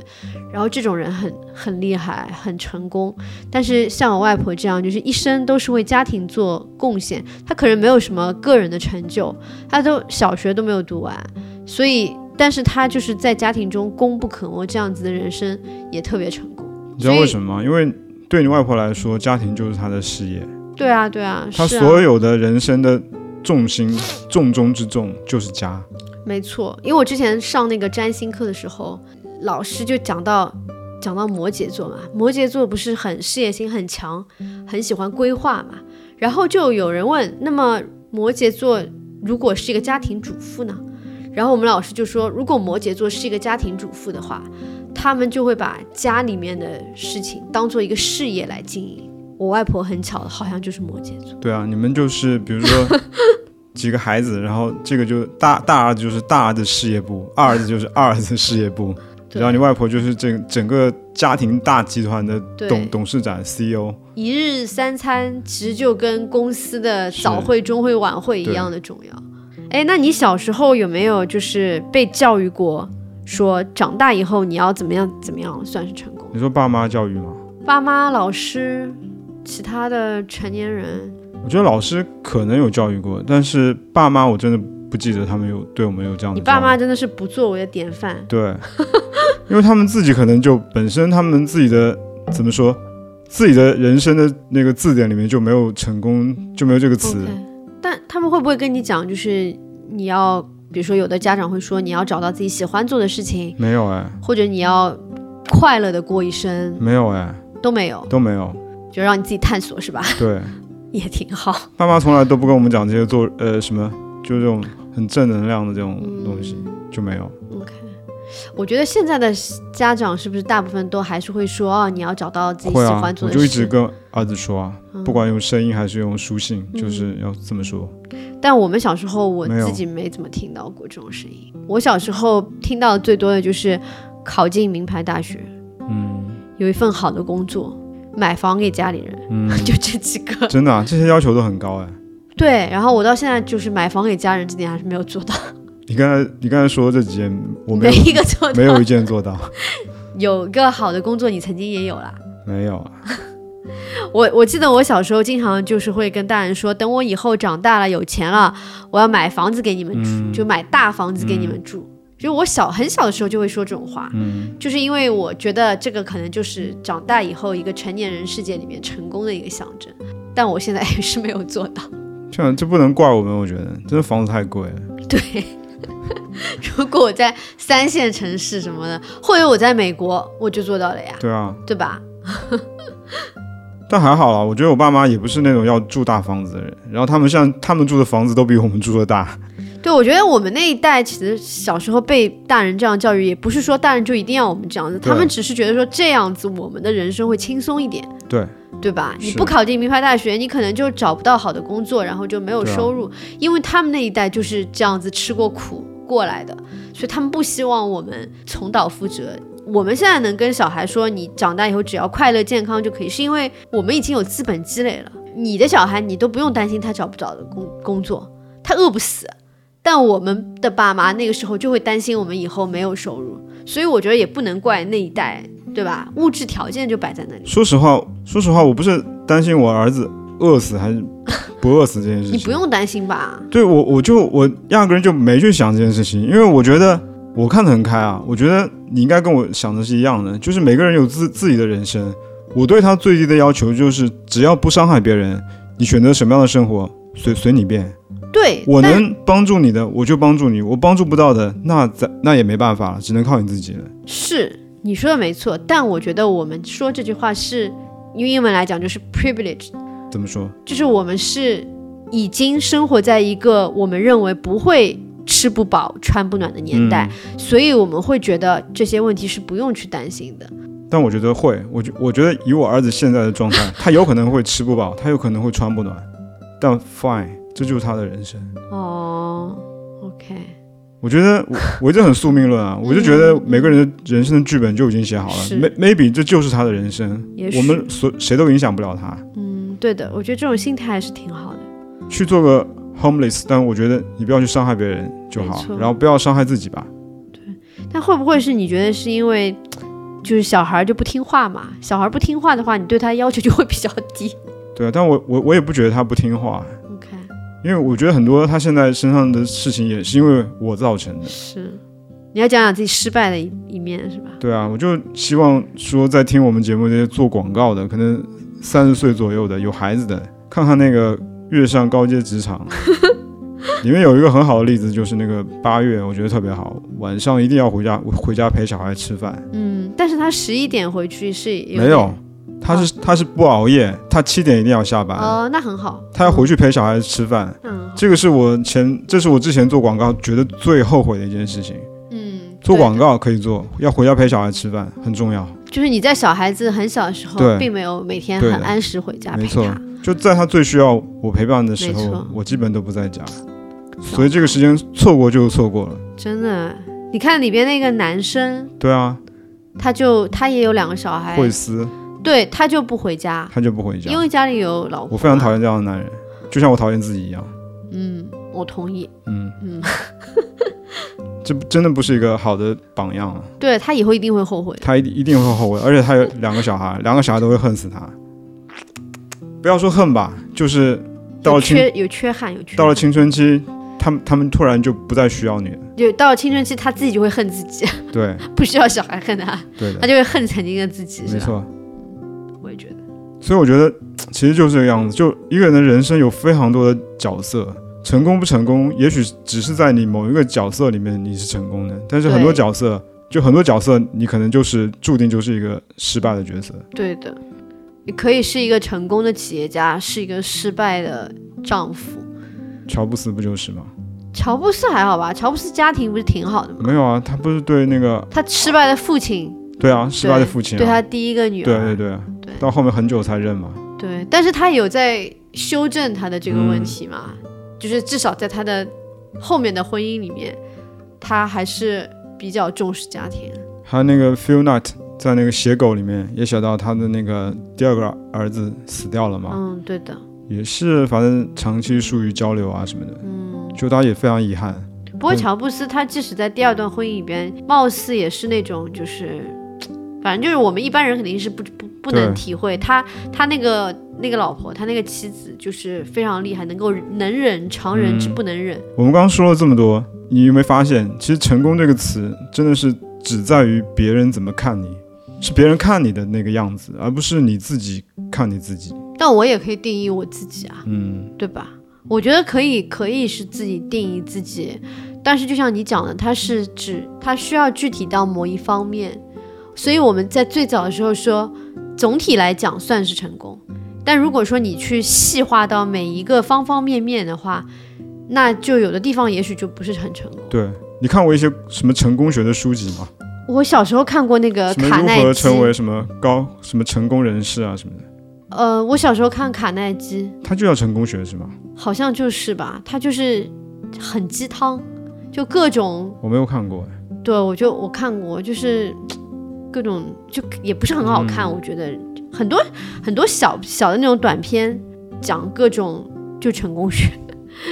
Speaker 2: 然后这种人很很厉害，很成功。但是像我外婆这样，就是一生都是为家庭做贡献，她可能没有什么个人的成就，她都小学都没有读完，所以。但是她就是在家庭中功不可没，这样子的人生也特别成功。
Speaker 1: 你知道
Speaker 2: 所以
Speaker 1: 为什么吗？因为对你外婆来说，家庭就是她的事业，
Speaker 2: 对啊，对啊，
Speaker 1: 她
Speaker 2: 是啊
Speaker 1: 所有的人生的重心、重中之重就是家。
Speaker 2: 没错，因为我之前上那个占星课的时候，老师就讲到讲到摩羯座嘛，摩羯座不是很事业心很强，很喜欢规划嘛。然后就有人问，那么摩羯座如果是一个家庭主妇呢？然后我们老师就说，如果摩羯座是一个家庭主妇的话，他们就会把家里面的事情当做一个事业来经营。我外婆很巧的，好像就是摩羯座。
Speaker 1: 对啊，你们就是比如 说几个孩子，然后这个就大大儿子就是大儿子事业部，二儿子就是二儿子事业部，
Speaker 2: 对
Speaker 1: 然后你外婆就是整整个家庭大集团的
Speaker 2: 对
Speaker 1: 董董事长 E CEO。
Speaker 2: 一日三餐其实就跟公司的
Speaker 1: 是
Speaker 2: 早会、中会、晚会一样的重要。哎，那你小时候有没有就是被教育过，说长大以后你要怎么样怎么样算是成功？
Speaker 1: 你说爸妈教育吗？
Speaker 2: 爸妈、老师、其他的成年人，
Speaker 1: 我觉得老师可能有教育过，但是爸妈我真的不记得他们有对我们有这样的
Speaker 2: 你
Speaker 1: 教育。
Speaker 2: 爸妈真的是不作为的典范。
Speaker 1: 对，因为他们自己可能就本身他们自己的怎么说，自己的人生的那个字典里面就没有成功，就没有这个词。
Speaker 2: OK，但他们会不会跟你讲，就是你要，比如说有的家长会说你要找到自己喜欢做的事情，
Speaker 1: 没有哎，
Speaker 2: 或者你要快乐的过一生，
Speaker 1: 没有哎，
Speaker 2: 都没有，
Speaker 1: 都没有。
Speaker 2: 就让你自己探索是吧？
Speaker 1: 对，
Speaker 2: 也挺好。
Speaker 1: 爸妈从来都不跟我们讲这些做呃什么，就这种很正能量的这种东西、
Speaker 2: 嗯
Speaker 1: 就没有。
Speaker 2: 我觉得现在的家长是不是大部分都还是会说哦，你要找到自己喜
Speaker 1: 会啊
Speaker 2: 欢，做
Speaker 1: 我
Speaker 2: 的
Speaker 1: 就
Speaker 2: 事。
Speaker 1: 一直跟儿子说啊，
Speaker 2: 嗯
Speaker 1: 不管用声音还是用书信，就是要这么说。
Speaker 2: 但我们小时候，我
Speaker 1: 没有
Speaker 2: 自己没怎么听到过这种声音。我小时候听到的最多的就是考进名牌大学，
Speaker 1: 嗯
Speaker 2: 有一份好的工作，买房给家里人，
Speaker 1: 嗯，
Speaker 2: 就这几个。
Speaker 1: 真的、啊、这些要求都很高哎。
Speaker 2: 对，然后我到现在就是买房给家人这点还是没有做到，
Speaker 1: 你刚才你刚才说这几件，我没
Speaker 2: 每
Speaker 1: 有
Speaker 2: 一个做到。
Speaker 1: 没有一件做到，
Speaker 2: 有一个好的工作，你曾经也有啦。
Speaker 1: 没有啊。
Speaker 2: 我我记得我小时候经常就是会跟大人说，等我以后长大了有钱了，我要买房子给你们住，就买大房子给你们住。就我小很小的时候就会说这种话，
Speaker 1: 嗯
Speaker 2: 就是因为我觉得这个可能就是长大以后一个成年人世界里面成功的一个象征，但我现在也是没有做到。，
Speaker 1: 这样这不能怪我们，我觉得真的房子太贵了。
Speaker 2: 对，如果我在三线城市什么的，或者我在美国，我就做到了呀，
Speaker 1: 对啊，
Speaker 2: 对吧？
Speaker 1: 但还好啦，我觉得我爸妈也不是那种要住大房子的人，然后他们像他们住的房子都比我们住的大。
Speaker 2: 对，我觉得我们那一代其实小时候被大人这样教育，也不是说大人就一定要我们这样子，
Speaker 1: 对
Speaker 2: 他们只是觉得说这样子我们的人生会轻松一点，
Speaker 1: 对，
Speaker 2: 对吧？你
Speaker 1: 是
Speaker 2: 不考进名牌大学，你可能就找不到好的工作，然后就没有
Speaker 1: 对啊
Speaker 2: 收入，因为他们那一代就是这样子吃过苦过来的，所以他们不希望我们重蹈覆辙。我们现在能跟小孩说你长大以后只要快乐健康就可以，是因为我们已经有资本积累了。你的小孩你都不用担心他找不找的工工作，他饿不死。但我们的爸妈那个时候就会担心我们以后没有收入，所以我觉得也不能怪那一代，对吧？物质条件就摆在那里。
Speaker 1: 说实话，说实话，我不是担心我儿子饿死还是不饿死这件事情。
Speaker 2: 你不用担心吧？
Speaker 1: 对我，我就我压根儿就没去想这件事情，因为我觉得我看得很开啊。我觉得你应该跟我想的是一样的，就是每个人有自自己的人生。我对他最低的要求就是，只要不伤害别人，你选择什么样的生活，随随你便。
Speaker 2: 对，
Speaker 1: 我
Speaker 2: 但
Speaker 1: 能帮助你的，我就帮助你；我帮助不到的，那咱那也没办法了，只能靠你自己了。
Speaker 2: 是你说的没错，但我觉得我们说这句话是用英文来讲就是 privilege，
Speaker 1: 怎么说？
Speaker 2: 就是我们是已经生活在一个我们认为不会吃不饱、穿不暖的年代，
Speaker 1: 嗯
Speaker 2: 所以我们会觉得这些问题是不用去担心的。
Speaker 1: 但我觉得会，我觉我觉得以我儿子现在的状态，他有可能会吃不饱，他有可能会穿不暖，但 fine，这就是他的人生。
Speaker 2: 哦，OK，
Speaker 1: 我觉得我我这很宿命论啊，我就觉得每个人的人生的剧本就已经写好了
Speaker 2: 嗯是
Speaker 1: ，may-，maybe 这就是他的人生
Speaker 2: 也，许
Speaker 1: 我们所谁都影响不了他。
Speaker 2: 嗯，对的，我觉得这种心态还是挺好的。
Speaker 1: 去做个 homeless，但我觉得你不要去伤害别人就
Speaker 2: 没
Speaker 1: 好
Speaker 2: 错，
Speaker 1: 然后不要伤害自己吧。
Speaker 2: 但会不会是你觉得是因为？就是小孩就不听话嘛，小孩不听话的话，你对他要求就会比较低。
Speaker 1: 对啊，但我我我也不觉得他不听话，
Speaker 2: OK，
Speaker 1: 因为我觉得很多他现在身上的事情也是因为我造成的。
Speaker 2: 是，你要讲讲自己失败的一一面是吧？
Speaker 1: 对啊，我就希望说，在听我们节目这些做广告的，可能三十岁左右的有孩子的，看看那个《月上高阶职场》，里面有一个很好的例子，就是那个八月，我觉得特别好，晚上一定要回家回家陪小孩吃饭。
Speaker 2: 嗯，但是他十一点回去是有
Speaker 1: 没
Speaker 2: 点哦
Speaker 1: 有，他是、他是不熬夜，他七点一定要下班，
Speaker 2: 哦，那很好，
Speaker 1: 哎他要回去陪小孩吃饭。
Speaker 2: 嗯
Speaker 1: 这个是我前，这是我之前做广告觉得最后悔的一件事情。
Speaker 2: 嗯，
Speaker 1: 做
Speaker 2: 对嗯
Speaker 1: 广告可以做，要回家陪小孩吃饭很重要。
Speaker 2: 就是你在小孩子很小的时候，
Speaker 1: 对
Speaker 2: 并没有每天
Speaker 1: 对
Speaker 2: 很
Speaker 1: 的
Speaker 2: 按时回家
Speaker 1: 没
Speaker 2: 陪
Speaker 1: 错
Speaker 2: 他，
Speaker 1: 就在他最需要我陪伴的时
Speaker 2: 没
Speaker 1: 候
Speaker 2: 错，
Speaker 1: 我基本都不在家，所以这个时间错过就错过了。
Speaker 2: 真的。你看里边那个男生，
Speaker 1: 对啊，
Speaker 2: 他就他也有两个小孩，
Speaker 1: 会撕
Speaker 2: 对他就不回家，
Speaker 1: 他就不回家
Speaker 2: 因。为家里有老婆。
Speaker 1: 我非常讨。厌这样的男人，就像我讨厌自己一样。
Speaker 2: 嗯，我同意。
Speaker 1: 嗯
Speaker 2: 嗯，
Speaker 1: 这真的不是一个好的榜样啊！
Speaker 2: 对他以后一定会后悔。
Speaker 1: 他一定一定会后悔，而且他有两个小 孩，两个小孩都会恨死他。不要说恨吧，就是到
Speaker 2: 有
Speaker 1: 了青
Speaker 2: 缺有缺憾，有缺
Speaker 1: 到了
Speaker 2: 憾
Speaker 1: 青春期，他们他们突然就不再需要你了。
Speaker 2: 有到了青春期，他自己就会恨自己，
Speaker 1: 对
Speaker 2: 不需要小孩恨他，
Speaker 1: 对
Speaker 2: 他
Speaker 1: 的，
Speaker 2: 就会恨曾经的自己，是
Speaker 1: 没
Speaker 2: 吧？
Speaker 1: 错。
Speaker 2: 我也觉得，
Speaker 1: 所以我觉得其实就是这个样子，就一个人的人生有非常多的角色，成功不成功，也许只是在你某一个角色里面你是成功的，但是很多
Speaker 2: 对
Speaker 1: 角色，就很多角色你可能就是注定就是一个失败的角色。
Speaker 2: 对的。你可以是一个成功的企业家，是一个失败的丈夫。
Speaker 1: 乔布斯不就是吗？
Speaker 2: 乔布斯还好吧？乔布斯家庭不是挺好的吗？
Speaker 1: 没有啊，他不是对那个
Speaker 2: 他失败的父亲
Speaker 1: 对啊失败的父亲、啊，
Speaker 2: 对他第一个女儿，
Speaker 1: 对对对
Speaker 2: 对
Speaker 1: 到后面很久才认嘛。
Speaker 2: 对，但是他有在修正他的这个问题嘛？
Speaker 1: 嗯
Speaker 2: 就是至少在他的后面的婚姻里面，他还是比较重视家庭。
Speaker 1: 还有那个 Phil Knight 在那个写狗里面也写到他的那个第二个儿子死掉了嘛，
Speaker 2: 嗯，对的。
Speaker 1: 也是反正长期疏于交流啊什么的，嗯，就他也非常遗憾。
Speaker 2: 不过乔布斯他即使在第二段婚姻里边，貌似也是那种就是，反正就是我们一般人肯定是不不不
Speaker 1: 对
Speaker 2: 能体会他他那个那个老婆，他那个妻子就是非常厉害，能够能忍，常人之
Speaker 1: 嗯
Speaker 2: 不能忍。
Speaker 1: 我们刚刚说了这么多，你有没有发现，其实成功这个词真的是只在于别人怎么看你，是别人看你的那个样子，而不是你自己看你自己。
Speaker 2: 但我也可以定义我自己啊，
Speaker 1: 嗯，
Speaker 2: 对吧？我觉得可以，可以是自己定义自己，但是就像你讲的，它是指它需要具体到某一方面，所以我们在最早的时候说，总体来讲算是成功，但如果说你去细化到每一个方方面面的话，那就有的地方也许就不是很成功。
Speaker 1: 对。你看过一些什么成功学的书籍吗？
Speaker 2: 我小时候看过那个
Speaker 1: 什么
Speaker 2: 呃卡
Speaker 1: 如
Speaker 2: 耐
Speaker 1: 何
Speaker 2: 基，
Speaker 1: 成为什么高什么成功人士啊什么的，
Speaker 2: 呃，我小时候看卡耐基，
Speaker 1: 它就叫成功学是吗？
Speaker 2: 好像就是吧，它就是很鸡汤，就各种
Speaker 1: 我没有看过，哎
Speaker 2: 对，我就我看过，就是各种就也不是很好
Speaker 1: 嗯
Speaker 2: 看，我觉得很多很多小小的那种短片，讲各种就成功学，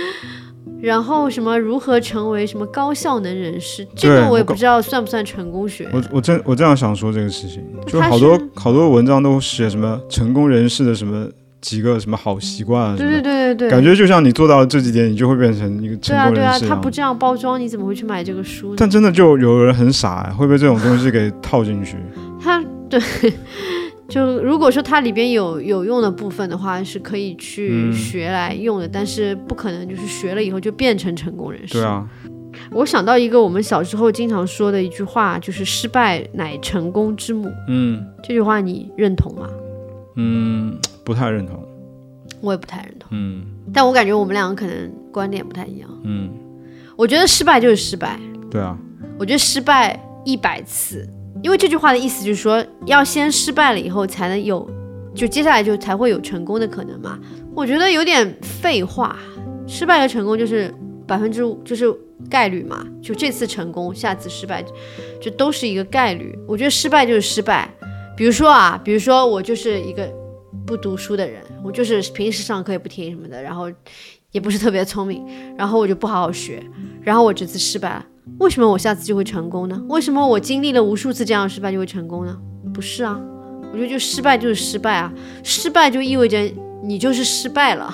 Speaker 2: 然后什么如何成为什么高效能人士，这
Speaker 1: 对
Speaker 2: 个我也
Speaker 1: 我搞
Speaker 2: 不知道算不算成功学。
Speaker 1: 我我真我这样想说这个事情，就
Speaker 2: 它
Speaker 1: 好多
Speaker 2: 是
Speaker 1: 好多文章都写什么成功人士的什么几个什么好习惯啊什
Speaker 2: 对
Speaker 1: 么
Speaker 2: 对
Speaker 1: 的，
Speaker 2: 对对对，
Speaker 1: 感觉就像你做到了这几点，你就会变成一个
Speaker 2: 对
Speaker 1: 成
Speaker 2: 啊
Speaker 1: 功
Speaker 2: 对
Speaker 1: 人
Speaker 2: 啊，
Speaker 1: 士一
Speaker 2: 他
Speaker 1: 样
Speaker 2: 不。这样包装，你怎么会去买这个书呢？
Speaker 1: 但真的就有人很傻、啊会被这种东西给套进 去。
Speaker 2: 它对， 就如果说它里边有有用的部分的话，是可以去
Speaker 1: 嗯
Speaker 2: 学来用的，但是不可能就是学了以后就变成成功人士。
Speaker 1: 对，啊，
Speaker 2: 我想到一个我们小时候经常说的一句话，就是“失败乃成功之母
Speaker 1: 嗯”。
Speaker 2: 这句话你认同吗？
Speaker 1: 嗯，不太认同。
Speaker 2: 我也不太认同，
Speaker 1: 嗯
Speaker 2: 但我感觉我们两个可能观点不太一样。
Speaker 1: 嗯，
Speaker 2: 我觉得失败就是失败，
Speaker 1: 对啊，
Speaker 2: 我觉得失败一百次，因为这句话的意思就是说，要先失败了以后才能有，就接下来就才会有成功的可能嘛。我觉得有点废话，失败和成功就是百分之五，就是概率嘛，就这次成功，下次失败，这都是一个概率。我觉得失败就是失败，比如说啊，比如说我就是一个不读书的人，我就是平时上课也不听什么的，然后也不是特别聪明，然后我就不好好学，然后我这次失败了。为什么我下次就会成功呢？为什么我经历了无数次这样的失败就会成功呢？不是啊，我觉得就失败就是失败啊，失败就意味着你就是失败了。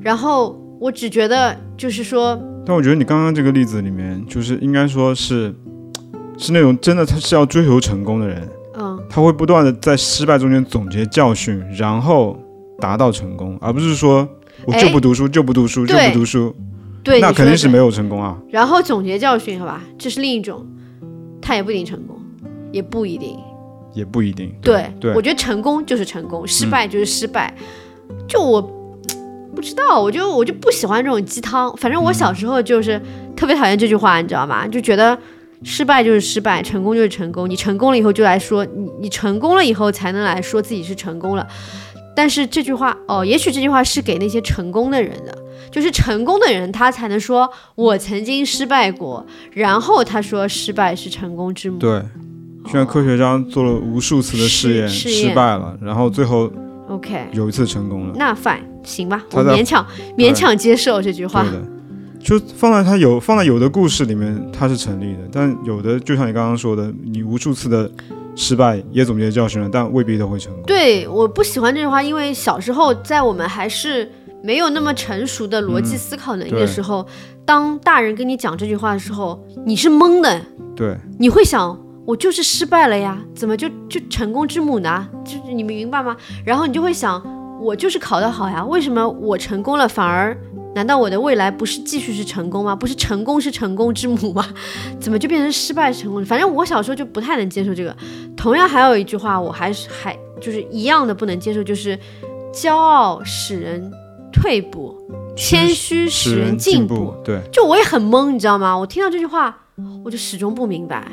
Speaker 2: 然后我只觉得就是说，
Speaker 1: 但我觉得你刚刚这个例子里面，就是应该说是，是那种真的他是要追求成功的人，
Speaker 2: 嗯，
Speaker 1: 他会不断的在失败中间总结教训，然后达到成功，而不是说我就
Speaker 2: 哎
Speaker 1: 不读书，就不读书，就
Speaker 2: 对
Speaker 1: 不读书，
Speaker 2: 对，
Speaker 1: 那
Speaker 2: 你说
Speaker 1: 肯定是
Speaker 2: 的
Speaker 1: 没有成功啊。
Speaker 2: 然后总结教训，好吧，这是另一种，他也不一定成功，也不一定。
Speaker 1: 也不一定，
Speaker 2: 对，
Speaker 1: 对嗯
Speaker 2: 我觉得成功就是成功，失败就是失败。就我不知道，我就我就不喜欢这种鸡汤。反
Speaker 1: 嗯
Speaker 2: 正我小时候就是、特别讨厌这句话，你知道吗？就觉得失败就是失败，成功就是成功。你成功了以后就来说，你你成功了以后才能来说自己是成功了。但是这句话哦，也许这句话是给那些成功的人的，就是成功的人他才能说我曾经失败过，然后他说失败是成功之母。
Speaker 1: 对，虽然科学家做了无数次的试验，
Speaker 2: 试试验
Speaker 1: 失败了，然后最后
Speaker 2: OK，
Speaker 1: 有一次成功了。
Speaker 2: 那 fine 行吧，我
Speaker 1: 他在
Speaker 2: 勉强勉强接受这句话
Speaker 1: 对。的，就放在它有放在有的故事里面它是成立的，但有的就像你刚刚说的，你无数次的失败也总结教训了，但未必都会成功。
Speaker 2: 对，我不喜欢这句话，因为小时候在我们还是没有那么成熟的逻辑思考能力
Speaker 1: 嗯对
Speaker 2: 的时候，当大人跟你讲这句话的时候，你是懵的，
Speaker 1: 对，
Speaker 2: 你会想，我就是失败了呀，怎么就就成功之母呢？就是你们明白吗？然后你就会想，我就是考得好呀，为什么我成功了反而？难道我的未来不是继续是成功吗？不是成功是成功之母吗？ 怎么就变成失败是成功？反正我小时候就不太能接受这个。同样还有一句话，我还是还就是一样的不能接受，就是骄傲使人退步，谦虚
Speaker 1: 使
Speaker 2: 使人
Speaker 1: 进
Speaker 2: 进步。。
Speaker 1: 对，
Speaker 2: 就我也很懵，你知道吗？我听到这句话，我就始终不明白，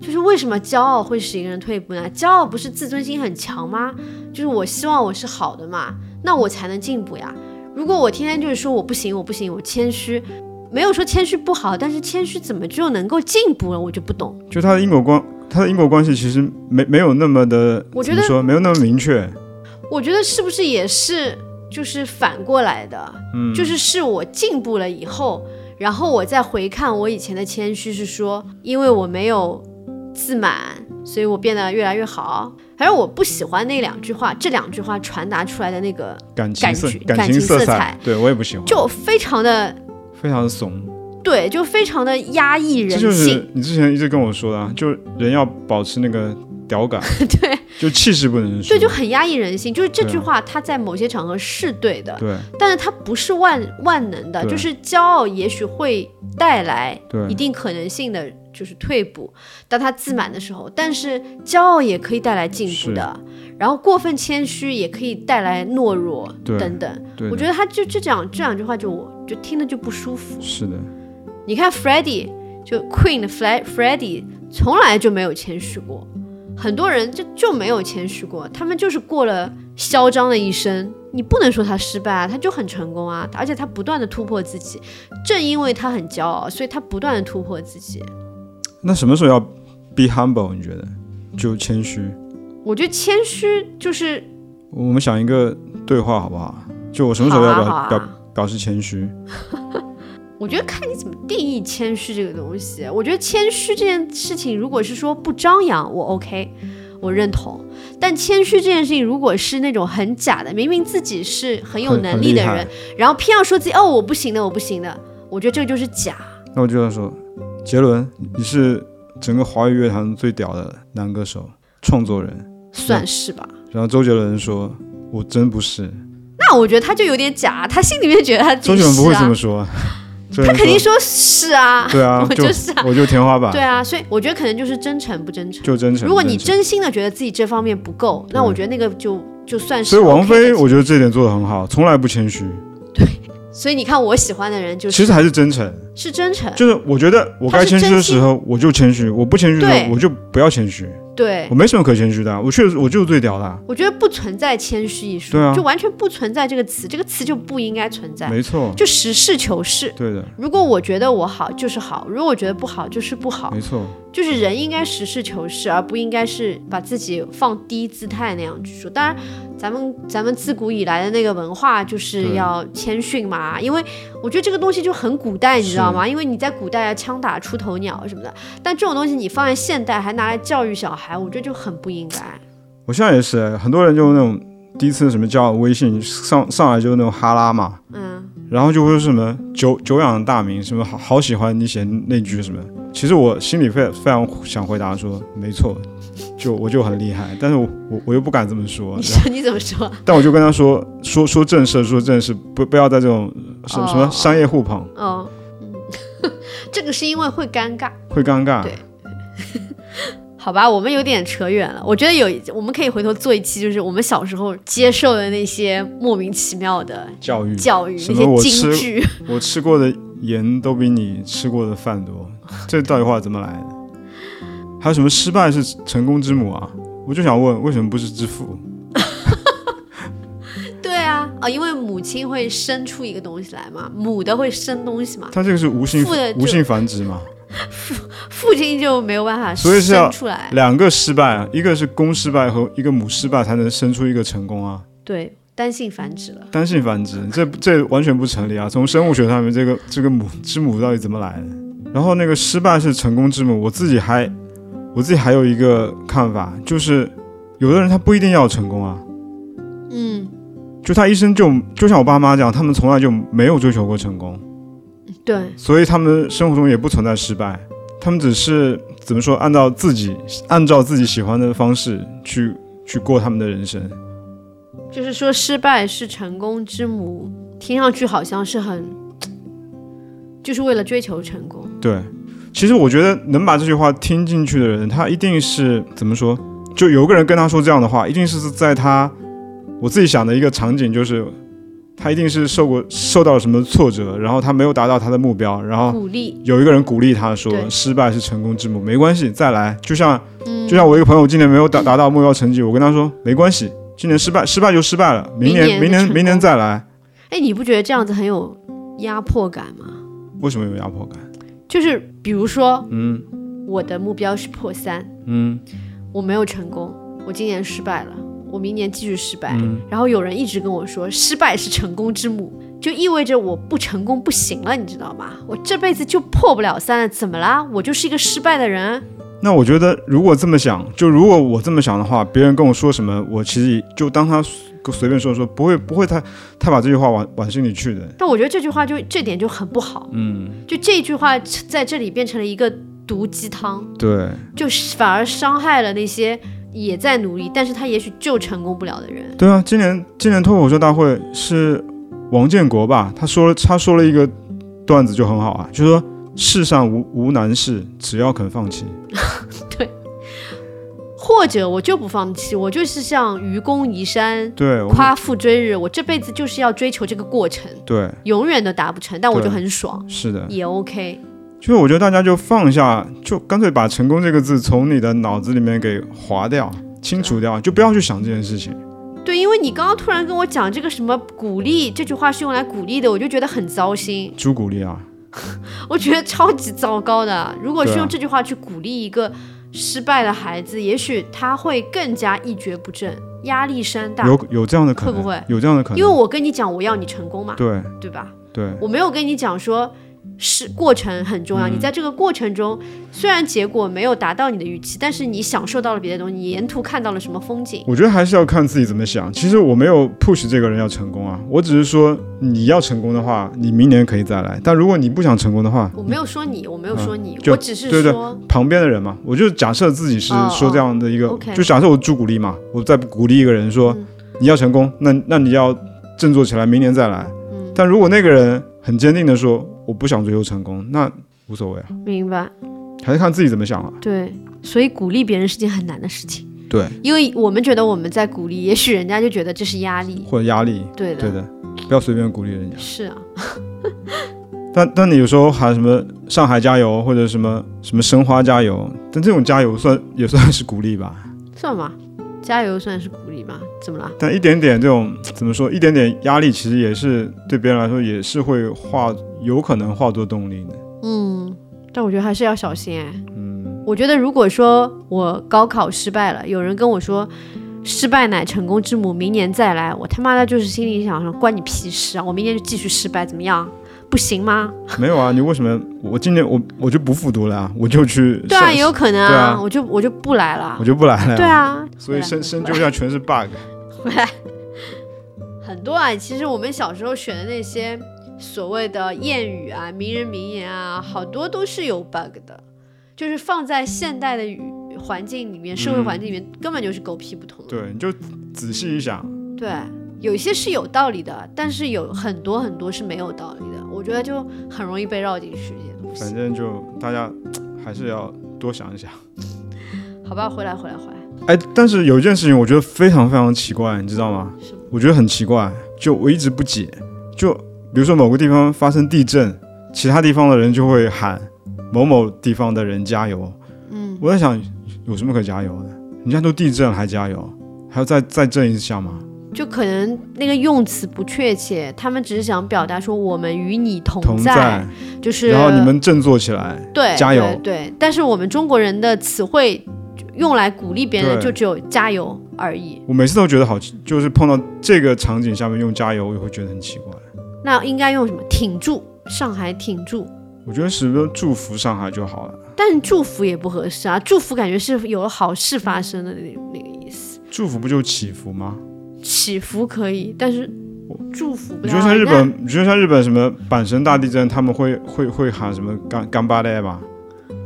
Speaker 2: 就是为什么骄傲会使一个人退步呢？骄傲不是自尊心很强吗？就是我希望我是好的嘛，那我才能进步呀。如果我天天就是说我不行，我不行，我谦虚，没有说谦虚不好，但是谦虚怎么就能够进步了？我就不懂。
Speaker 1: 就它的因果关，它的因果关系其实没没有那么的，
Speaker 2: 我觉
Speaker 1: 怎么
Speaker 2: 得
Speaker 1: 说没有那么明确。
Speaker 2: 我觉得是不是也是就是反过来的？嗯，就是是我进步了以后，然后我再回看我以前的谦虚，是说因为我没有自满，所以我变得越来越好。反正我不喜欢那两句话，这两句话传达出来的那个，
Speaker 1: 感情色
Speaker 2: 感觉
Speaker 1: 感
Speaker 2: 感
Speaker 1: 情
Speaker 2: 情
Speaker 1: 色
Speaker 2: 色
Speaker 1: 彩
Speaker 2: 彩，
Speaker 1: 对我也不喜欢，
Speaker 2: 就非常的
Speaker 1: 非常的怂。
Speaker 2: 对，就非常的压抑
Speaker 1: 这
Speaker 2: 人
Speaker 1: 就
Speaker 2: 性。
Speaker 1: 是你之前一直跟我说的，啊，就是人要保持那个屌感，
Speaker 2: 对
Speaker 1: 就气势不能输。
Speaker 2: 对，就很压抑人性。就是这
Speaker 1: 对啊
Speaker 2: 句话，它在某些场合是对的，
Speaker 1: 对
Speaker 2: 但是它不是万万能的。
Speaker 1: 对
Speaker 2: 就是骄傲也许会带来
Speaker 1: 对
Speaker 2: 一定可能性的就是退步。当他自满的时
Speaker 1: 嗯
Speaker 2: 候，但是骄傲也可以带来进步的，然后过分谦虚也可以带来懦弱
Speaker 1: 对
Speaker 2: 等等。
Speaker 1: 对的，
Speaker 2: 我觉得他就就这两这两句话就我就听着就不舒服。
Speaker 1: 是的，
Speaker 2: 你看 f r e d d y 就 Queen 的 f r e d f r e d d y 从来就没有谦虚过，很多人就就没有谦虚过，他们就是过了嚣张的一生。你不能说他失败啊，他就很成功啊，而且他不断的突破自己，正因为他很骄傲，所以他不断的突破自己。
Speaker 1: 那什么时候要 be humble？你觉得就谦虚？
Speaker 2: 我觉得谦虚就是
Speaker 1: 我们想一个对话好不好？就我什么时
Speaker 2: 好
Speaker 1: 候要
Speaker 2: 啊
Speaker 1: 表、
Speaker 2: 好啊
Speaker 1: 表表示谦虚？
Speaker 2: 我觉得看你怎么定义谦虚这个东西。我觉得谦虚这件事情，如果是说不张扬，我 OK，我认同。但谦虚这件事情，如果是那种很假的，明明自己是很有
Speaker 1: 很
Speaker 2: 能力的，
Speaker 1: 很
Speaker 2: 人
Speaker 1: 厉，害
Speaker 2: 然后偏要说自己哦我不行的，我不行的，我觉得这个就是假。
Speaker 1: 那我就要说，杰伦，你是整个华语乐坛最屌的男歌手、创作人。
Speaker 2: 算是吧，
Speaker 1: 然后周杰伦说：“我真不是。
Speaker 2: 那我觉得他就有点假，他心里面觉得他自
Speaker 1: 周
Speaker 2: 己
Speaker 1: 杰伦不
Speaker 2: 是
Speaker 1: 会这
Speaker 2: 啊
Speaker 1: 么， 说，周杰
Speaker 2: 他
Speaker 1: 伦
Speaker 2: 肯定
Speaker 1: 说
Speaker 2: 说是啊，
Speaker 1: 对啊，
Speaker 2: 我就是啊，
Speaker 1: 我就天花板，
Speaker 2: 对啊，所以我觉得可能就是真诚不真诚。
Speaker 1: 就真诚。
Speaker 2: 如果你
Speaker 1: 真
Speaker 2: 真心的觉得自己这方面不够，那
Speaker 1: 对
Speaker 2: 我觉得那个就就算
Speaker 1: 诚，
Speaker 2: 是、
Speaker 1: 所以
Speaker 2: OK 的。
Speaker 1: 王菲，我觉得这点做得很好，从来不谦虚，
Speaker 2: 所以你看，我喜欢的人就是
Speaker 1: 其实还是真诚。
Speaker 2: 是真诚，
Speaker 1: 就是我觉得我该谦虚的时候，我就谦虚；我不谦虚的时
Speaker 2: 对
Speaker 1: 候，我就不要谦虚。
Speaker 2: 对
Speaker 1: 我。没什么可谦虚的啊，我确实我就是最屌的啊，
Speaker 2: 我觉得不存在谦虚一说，
Speaker 1: 对啊
Speaker 2: 就完全不存在这个词，这个词就不应该存在，
Speaker 1: 没错，
Speaker 2: 就实事求是。
Speaker 1: 对的，
Speaker 2: 如果我觉得我好就是好，如果我觉得不好就是不好
Speaker 1: 没，错。
Speaker 2: 就是人应该实事求是，而不应该是把自己放低姿态那样去说。当然，咱们咱们自古以来的那个文化就是
Speaker 1: 对
Speaker 2: 要谦逊嘛，因为我觉得这个东西就很古代，你知
Speaker 1: 是
Speaker 2: 道吗？因为你在古代啊，枪打出头鸟什么的，但这种东西你放在现代还拿来教育小孩，我觉得就很不应该。
Speaker 1: 我现在也是，很多人就那种第一次什么加我微信，上上来就那种哈拉嘛，
Speaker 2: 嗯，
Speaker 1: 然后就会说什么久久仰大名，什么好好喜欢你写那句什么。其实我心里非非常想回答说，没错，就我就很厉害，但是我我我又不敢这么说
Speaker 2: 你，说你怎么说？
Speaker 1: 但我就跟他说说说正事，说正事，不不要在这种什么什么
Speaker 2: 哦
Speaker 1: 商业互捧，
Speaker 2: 哦，嗯， 这个是因为会尴尬，
Speaker 1: 会尴尬。
Speaker 2: 对好吧？我们有点扯远了。我觉得有，我们可以回头做一期，就是我们小时候接受的那些莫名其妙的
Speaker 1: 教育，
Speaker 2: 教育，
Speaker 1: 什
Speaker 2: 那
Speaker 1: 么我
Speaker 2: 些
Speaker 1: 吃
Speaker 2: 金句。
Speaker 1: 我吃过的盐都比你吃过的饭 多，这到底话怎么来的？还有什么失败是成功之母啊？我就想问，为什么不是之父？
Speaker 2: 对啊，啊、因为母亲会生出一个东西来嘛，母的会生东西嘛，
Speaker 1: 它这个是无性
Speaker 2: 父的就
Speaker 1: 无性繁殖嘛？
Speaker 2: 父亲就没有办法
Speaker 1: 所以是要
Speaker 2: 生出来。
Speaker 1: 两个失败啊，一个是公失败和一个母失败才能生出一个成功啊。
Speaker 2: 对，单性繁殖了。
Speaker 1: 单性繁殖，这这完全不成立啊！从生物学上面，这个这个母之母到底怎么来的？然后那个失败是成功之母，我自己还我自己还有一个看法，就是有的人他不一定要成功啊，
Speaker 2: 嗯，
Speaker 1: 就他一生就就像我爸妈这样，他们从来就没有追求过成功，
Speaker 2: 对，
Speaker 1: 所以他们生活中也不存在失败，他们只是怎么说，按照自己按照自己喜欢的方式去去过他们的人生。
Speaker 2: 就是说失败是成功之母，听上去好像是很，就是为了追求成功。
Speaker 1: 对，其实我觉得能把这句话听进去的人，他一定是怎么说？就有个人跟他说这样的话，一定是在他我自己想的一个场景，就是他一定是受过受到了什么挫折，然后他没有达到他的目标，然后
Speaker 2: 鼓励，
Speaker 1: 有一个人鼓励他说：“
Speaker 2: 对
Speaker 1: 失败是成功之母，没关系，再来。”就像
Speaker 2: 嗯，
Speaker 1: 就像我一个朋友今年没有达达到目标成绩，我跟他说：“没关系，今年失败失败就失败了，明年
Speaker 2: 明
Speaker 1: 明
Speaker 2: 年就成
Speaker 1: 年
Speaker 2: 功
Speaker 1: 明年再来。
Speaker 2: 哎，你不觉得这样子很有压迫感吗？”
Speaker 1: 为什么有压迫感？
Speaker 2: 就是比如说，
Speaker 1: 嗯
Speaker 2: 我的目标是破三，
Speaker 1: 嗯
Speaker 2: 我没有成功，我今年失败了，我明年继续失败。
Speaker 1: 嗯，
Speaker 2: 然后有人一直跟我说，失败是成功之母，就意味着我不成功不行了，你知道吗？我这辈子就破不了三了，怎么啦？我就是一个失败的人。啊
Speaker 1: 那我觉得，如果这么想，就如果我这么想的话，别人跟我说什么，我其实就当他随便说说，不会不会太太把这句话往往心里去的。
Speaker 2: 但我觉得这句话就这点就很不好，
Speaker 1: 嗯，
Speaker 2: 就这句话在这里变成了一个毒鸡汤，
Speaker 1: 对
Speaker 2: 就是反而伤害了那些也在努力，但是他也许就成功不了的人。
Speaker 1: 对啊，今年今年脱口秀大会是王建国吧？他说了他说了一个段子就很好啊，就说世上无无难事，只要肯放弃。
Speaker 2: 或者我就不放弃，我就是像愚公移山、
Speaker 1: 对，我
Speaker 2: 夸父追日，我这辈子就是要追求这个过程，
Speaker 1: 对，
Speaker 2: 永远都达不成，但我就
Speaker 1: 对
Speaker 2: 很爽，
Speaker 1: 是的，
Speaker 2: 也 OK。
Speaker 1: 就是我觉得大家就放下，就干脆把成功这个字从你的脑子里面给划掉、清除掉，就不要去想这件事情。
Speaker 2: 对，因为你刚刚突然跟我讲这个什么鼓励，这句话是用来鼓励的，我就觉得很糟心。
Speaker 1: 朱古力啊。
Speaker 2: 我觉得超级糟糕的。如果是
Speaker 1: 对啊
Speaker 2: 用这句话去鼓励一个失败的孩子，也许他会更加一蹶不振，压力山大。
Speaker 1: 有有这样的可能，
Speaker 2: 会不会
Speaker 1: 有这样的可能？
Speaker 2: 因为我跟你讲，我要你成功嘛，
Speaker 1: 对
Speaker 2: 对吧？
Speaker 1: 对
Speaker 2: 我没有跟你讲说。是过程很重要，
Speaker 1: 嗯
Speaker 2: 你在这个过程中，虽然结果没有达到你的预期，但是你享受到了别的东西，你沿途看到了什么风景。
Speaker 1: 我觉得还是要看自己怎么想。其实我没有 push 这个人要成功啊，我只是说你要成功的话，你明年可以再来。但如果你不想成功的话，
Speaker 2: 我没有说你，我没有说你，
Speaker 1: 嗯就
Speaker 2: 我只是
Speaker 1: 对对
Speaker 2: 说，
Speaker 1: 旁边的人嘛，我就假设自己是
Speaker 2: 哦
Speaker 1: 说这样的一个，
Speaker 2: 哦，OK 嗯
Speaker 1: 就假设我朱古力嘛，我在鼓励一个人说、你要成功，那那你要振作起来，明年再来。
Speaker 2: 嗯
Speaker 1: 但如果那个人很坚定的说我不想追求成功，那无所谓啊，
Speaker 2: 明白？
Speaker 1: 还是看自己怎么想啊。
Speaker 2: 对，所以鼓励别人是件很难的事情。
Speaker 1: 对，
Speaker 2: 因为我们觉得我们在鼓励，也许人家就觉得这是压力。
Speaker 1: 或者压力，
Speaker 2: 对的，
Speaker 1: 对的，不要随便鼓励人家。
Speaker 2: 是啊，
Speaker 1: 但但你有时候喊什么“上海加油”或者什么什么“申花加油”，但这种加油算也算是鼓励吧。
Speaker 2: 算吧，加油算是鼓励吧？怎么了？
Speaker 1: 但一点点这种怎么说，一点点压力，其实也是对别人来说也是会化，有可能化作动力的。
Speaker 2: 嗯，但我觉得还是要小心哎。
Speaker 1: 嗯，
Speaker 2: 我觉得如果说我高考失败了，有人跟我说失败乃成功之母，明年再来，我他妈的就是心里想说关你屁事啊！我明年就继续失败，怎么样？不行吗？
Speaker 1: 没 有啊，你为什么我今年我我就不复读了、啊，我就去
Speaker 2: 对啊，
Speaker 1: 上
Speaker 2: 也有可能
Speaker 1: 对啊
Speaker 2: 我就我就不来了
Speaker 1: 我。就不来了、
Speaker 2: 对，啊，
Speaker 1: 所以
Speaker 2: 回来
Speaker 1: 深深究下全是 bug。
Speaker 2: 很多啊，其实我们小时候选的那些所谓的谚语啊、名人名言啊，好多都是有 bug 的，就是放在现代的语环境里面、社会环境里面，根本就是狗屁不通的。
Speaker 1: 对，你就仔细一想，
Speaker 2: 对，有一些是有道理的，但是有很多很多是没有道理的。我觉得就很容易被绕进去这些东
Speaker 1: 反
Speaker 2: 西。
Speaker 1: 正就大家还是要多想一想。
Speaker 2: 好吧，回来回来回来，
Speaker 1: 哎，但是有一件事情我觉得非常非常奇怪，你知道吗
Speaker 2: 什么？
Speaker 1: 我觉得很奇怪，就我一直不解，就比如说某个地方发生地震，其他地方的人就会喊某某地方的人加油。
Speaker 2: 嗯，
Speaker 1: 我在想，有什么可加油的？人家都地震了还加油，还要再再震一下吗？
Speaker 2: 就可能那个用词不确切，他们只是想表达说我们与你同
Speaker 1: 同在，
Speaker 2: 就是
Speaker 1: 然后你们振作起来。
Speaker 2: 对，
Speaker 1: 加油
Speaker 2: 对对但是我们中国人的词汇就用来鼓励别人的
Speaker 1: 对
Speaker 2: 就只有加油而已。
Speaker 1: 我每次都觉得好，就是碰到这个场景下面用加油，我也会觉得很奇怪。
Speaker 2: 那应该用什么？挺住，上海挺住。
Speaker 1: 我觉得时不时祝福上海就好了，
Speaker 2: 但祝福也不合适啊，祝福感觉是有好事发生的那那个意思。
Speaker 1: 祝福不就祈福吗？
Speaker 2: 祈福可以，但是祝福不
Speaker 1: 你
Speaker 2: 啊要
Speaker 1: 说像
Speaker 2: 让
Speaker 1: 日
Speaker 2: 人家
Speaker 1: 本，你说像日本什么阪神大地震，他们会会会喊什么干干巴带吧？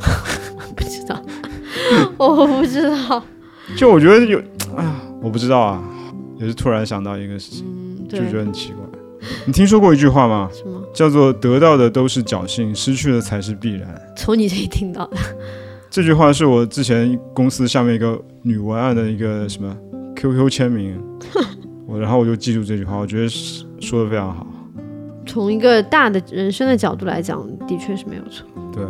Speaker 2: 不知道，我不知道。
Speaker 1: 就我觉得有，哎呀，我不知道啊，也是突然想到一个事情，
Speaker 2: 嗯，
Speaker 1: 就
Speaker 2: 对，
Speaker 1: 觉得很奇怪。你听说过一句话吗？
Speaker 2: 什么？
Speaker 1: 叫做“得到的都是侥幸，失去的才是必然
Speaker 2: 从你这里听到的。”。
Speaker 1: 这句话是我之前公司下面一个女文案的一个什么 QQ 签 名，我然后我就记住这句话，我觉得是说的非常好。
Speaker 2: 从一个大的人生的角度来讲，的确是没有错。
Speaker 1: 对，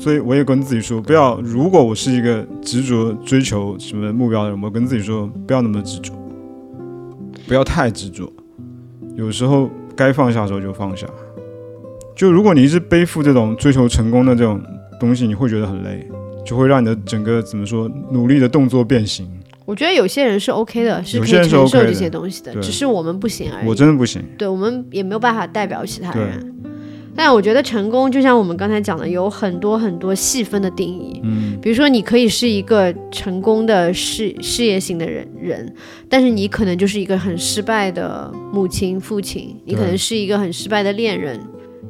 Speaker 1: 所以我也跟自己说，不要。如果我是一个执着追求什么目标的人，我跟自己说，不要那么执着，不要太执着。有时候该放下的时候就放下。就如果你一直背负这种追求成功的这种东西，你会觉得很累，就会让你的整个怎么说，努力的动作变形。
Speaker 2: 我觉得有些人是 OK 的，是
Speaker 1: 有
Speaker 2: 可
Speaker 1: 些人
Speaker 2: 以
Speaker 1: 是
Speaker 2: 承受
Speaker 1: OK 的
Speaker 2: 这些东西的，
Speaker 1: 对
Speaker 2: 只是我们不行而已。
Speaker 1: 我真的不行。
Speaker 2: 对我们也没有办法代表其他人。但我觉得成功，就像我们刚才讲的，有很多很多细分的定义。
Speaker 1: 嗯，
Speaker 2: 比如说，你可以是一个成功的事事业型的人人，但是你可能就是一个很失败的母亲、父亲，你可能是一个很失败的恋人。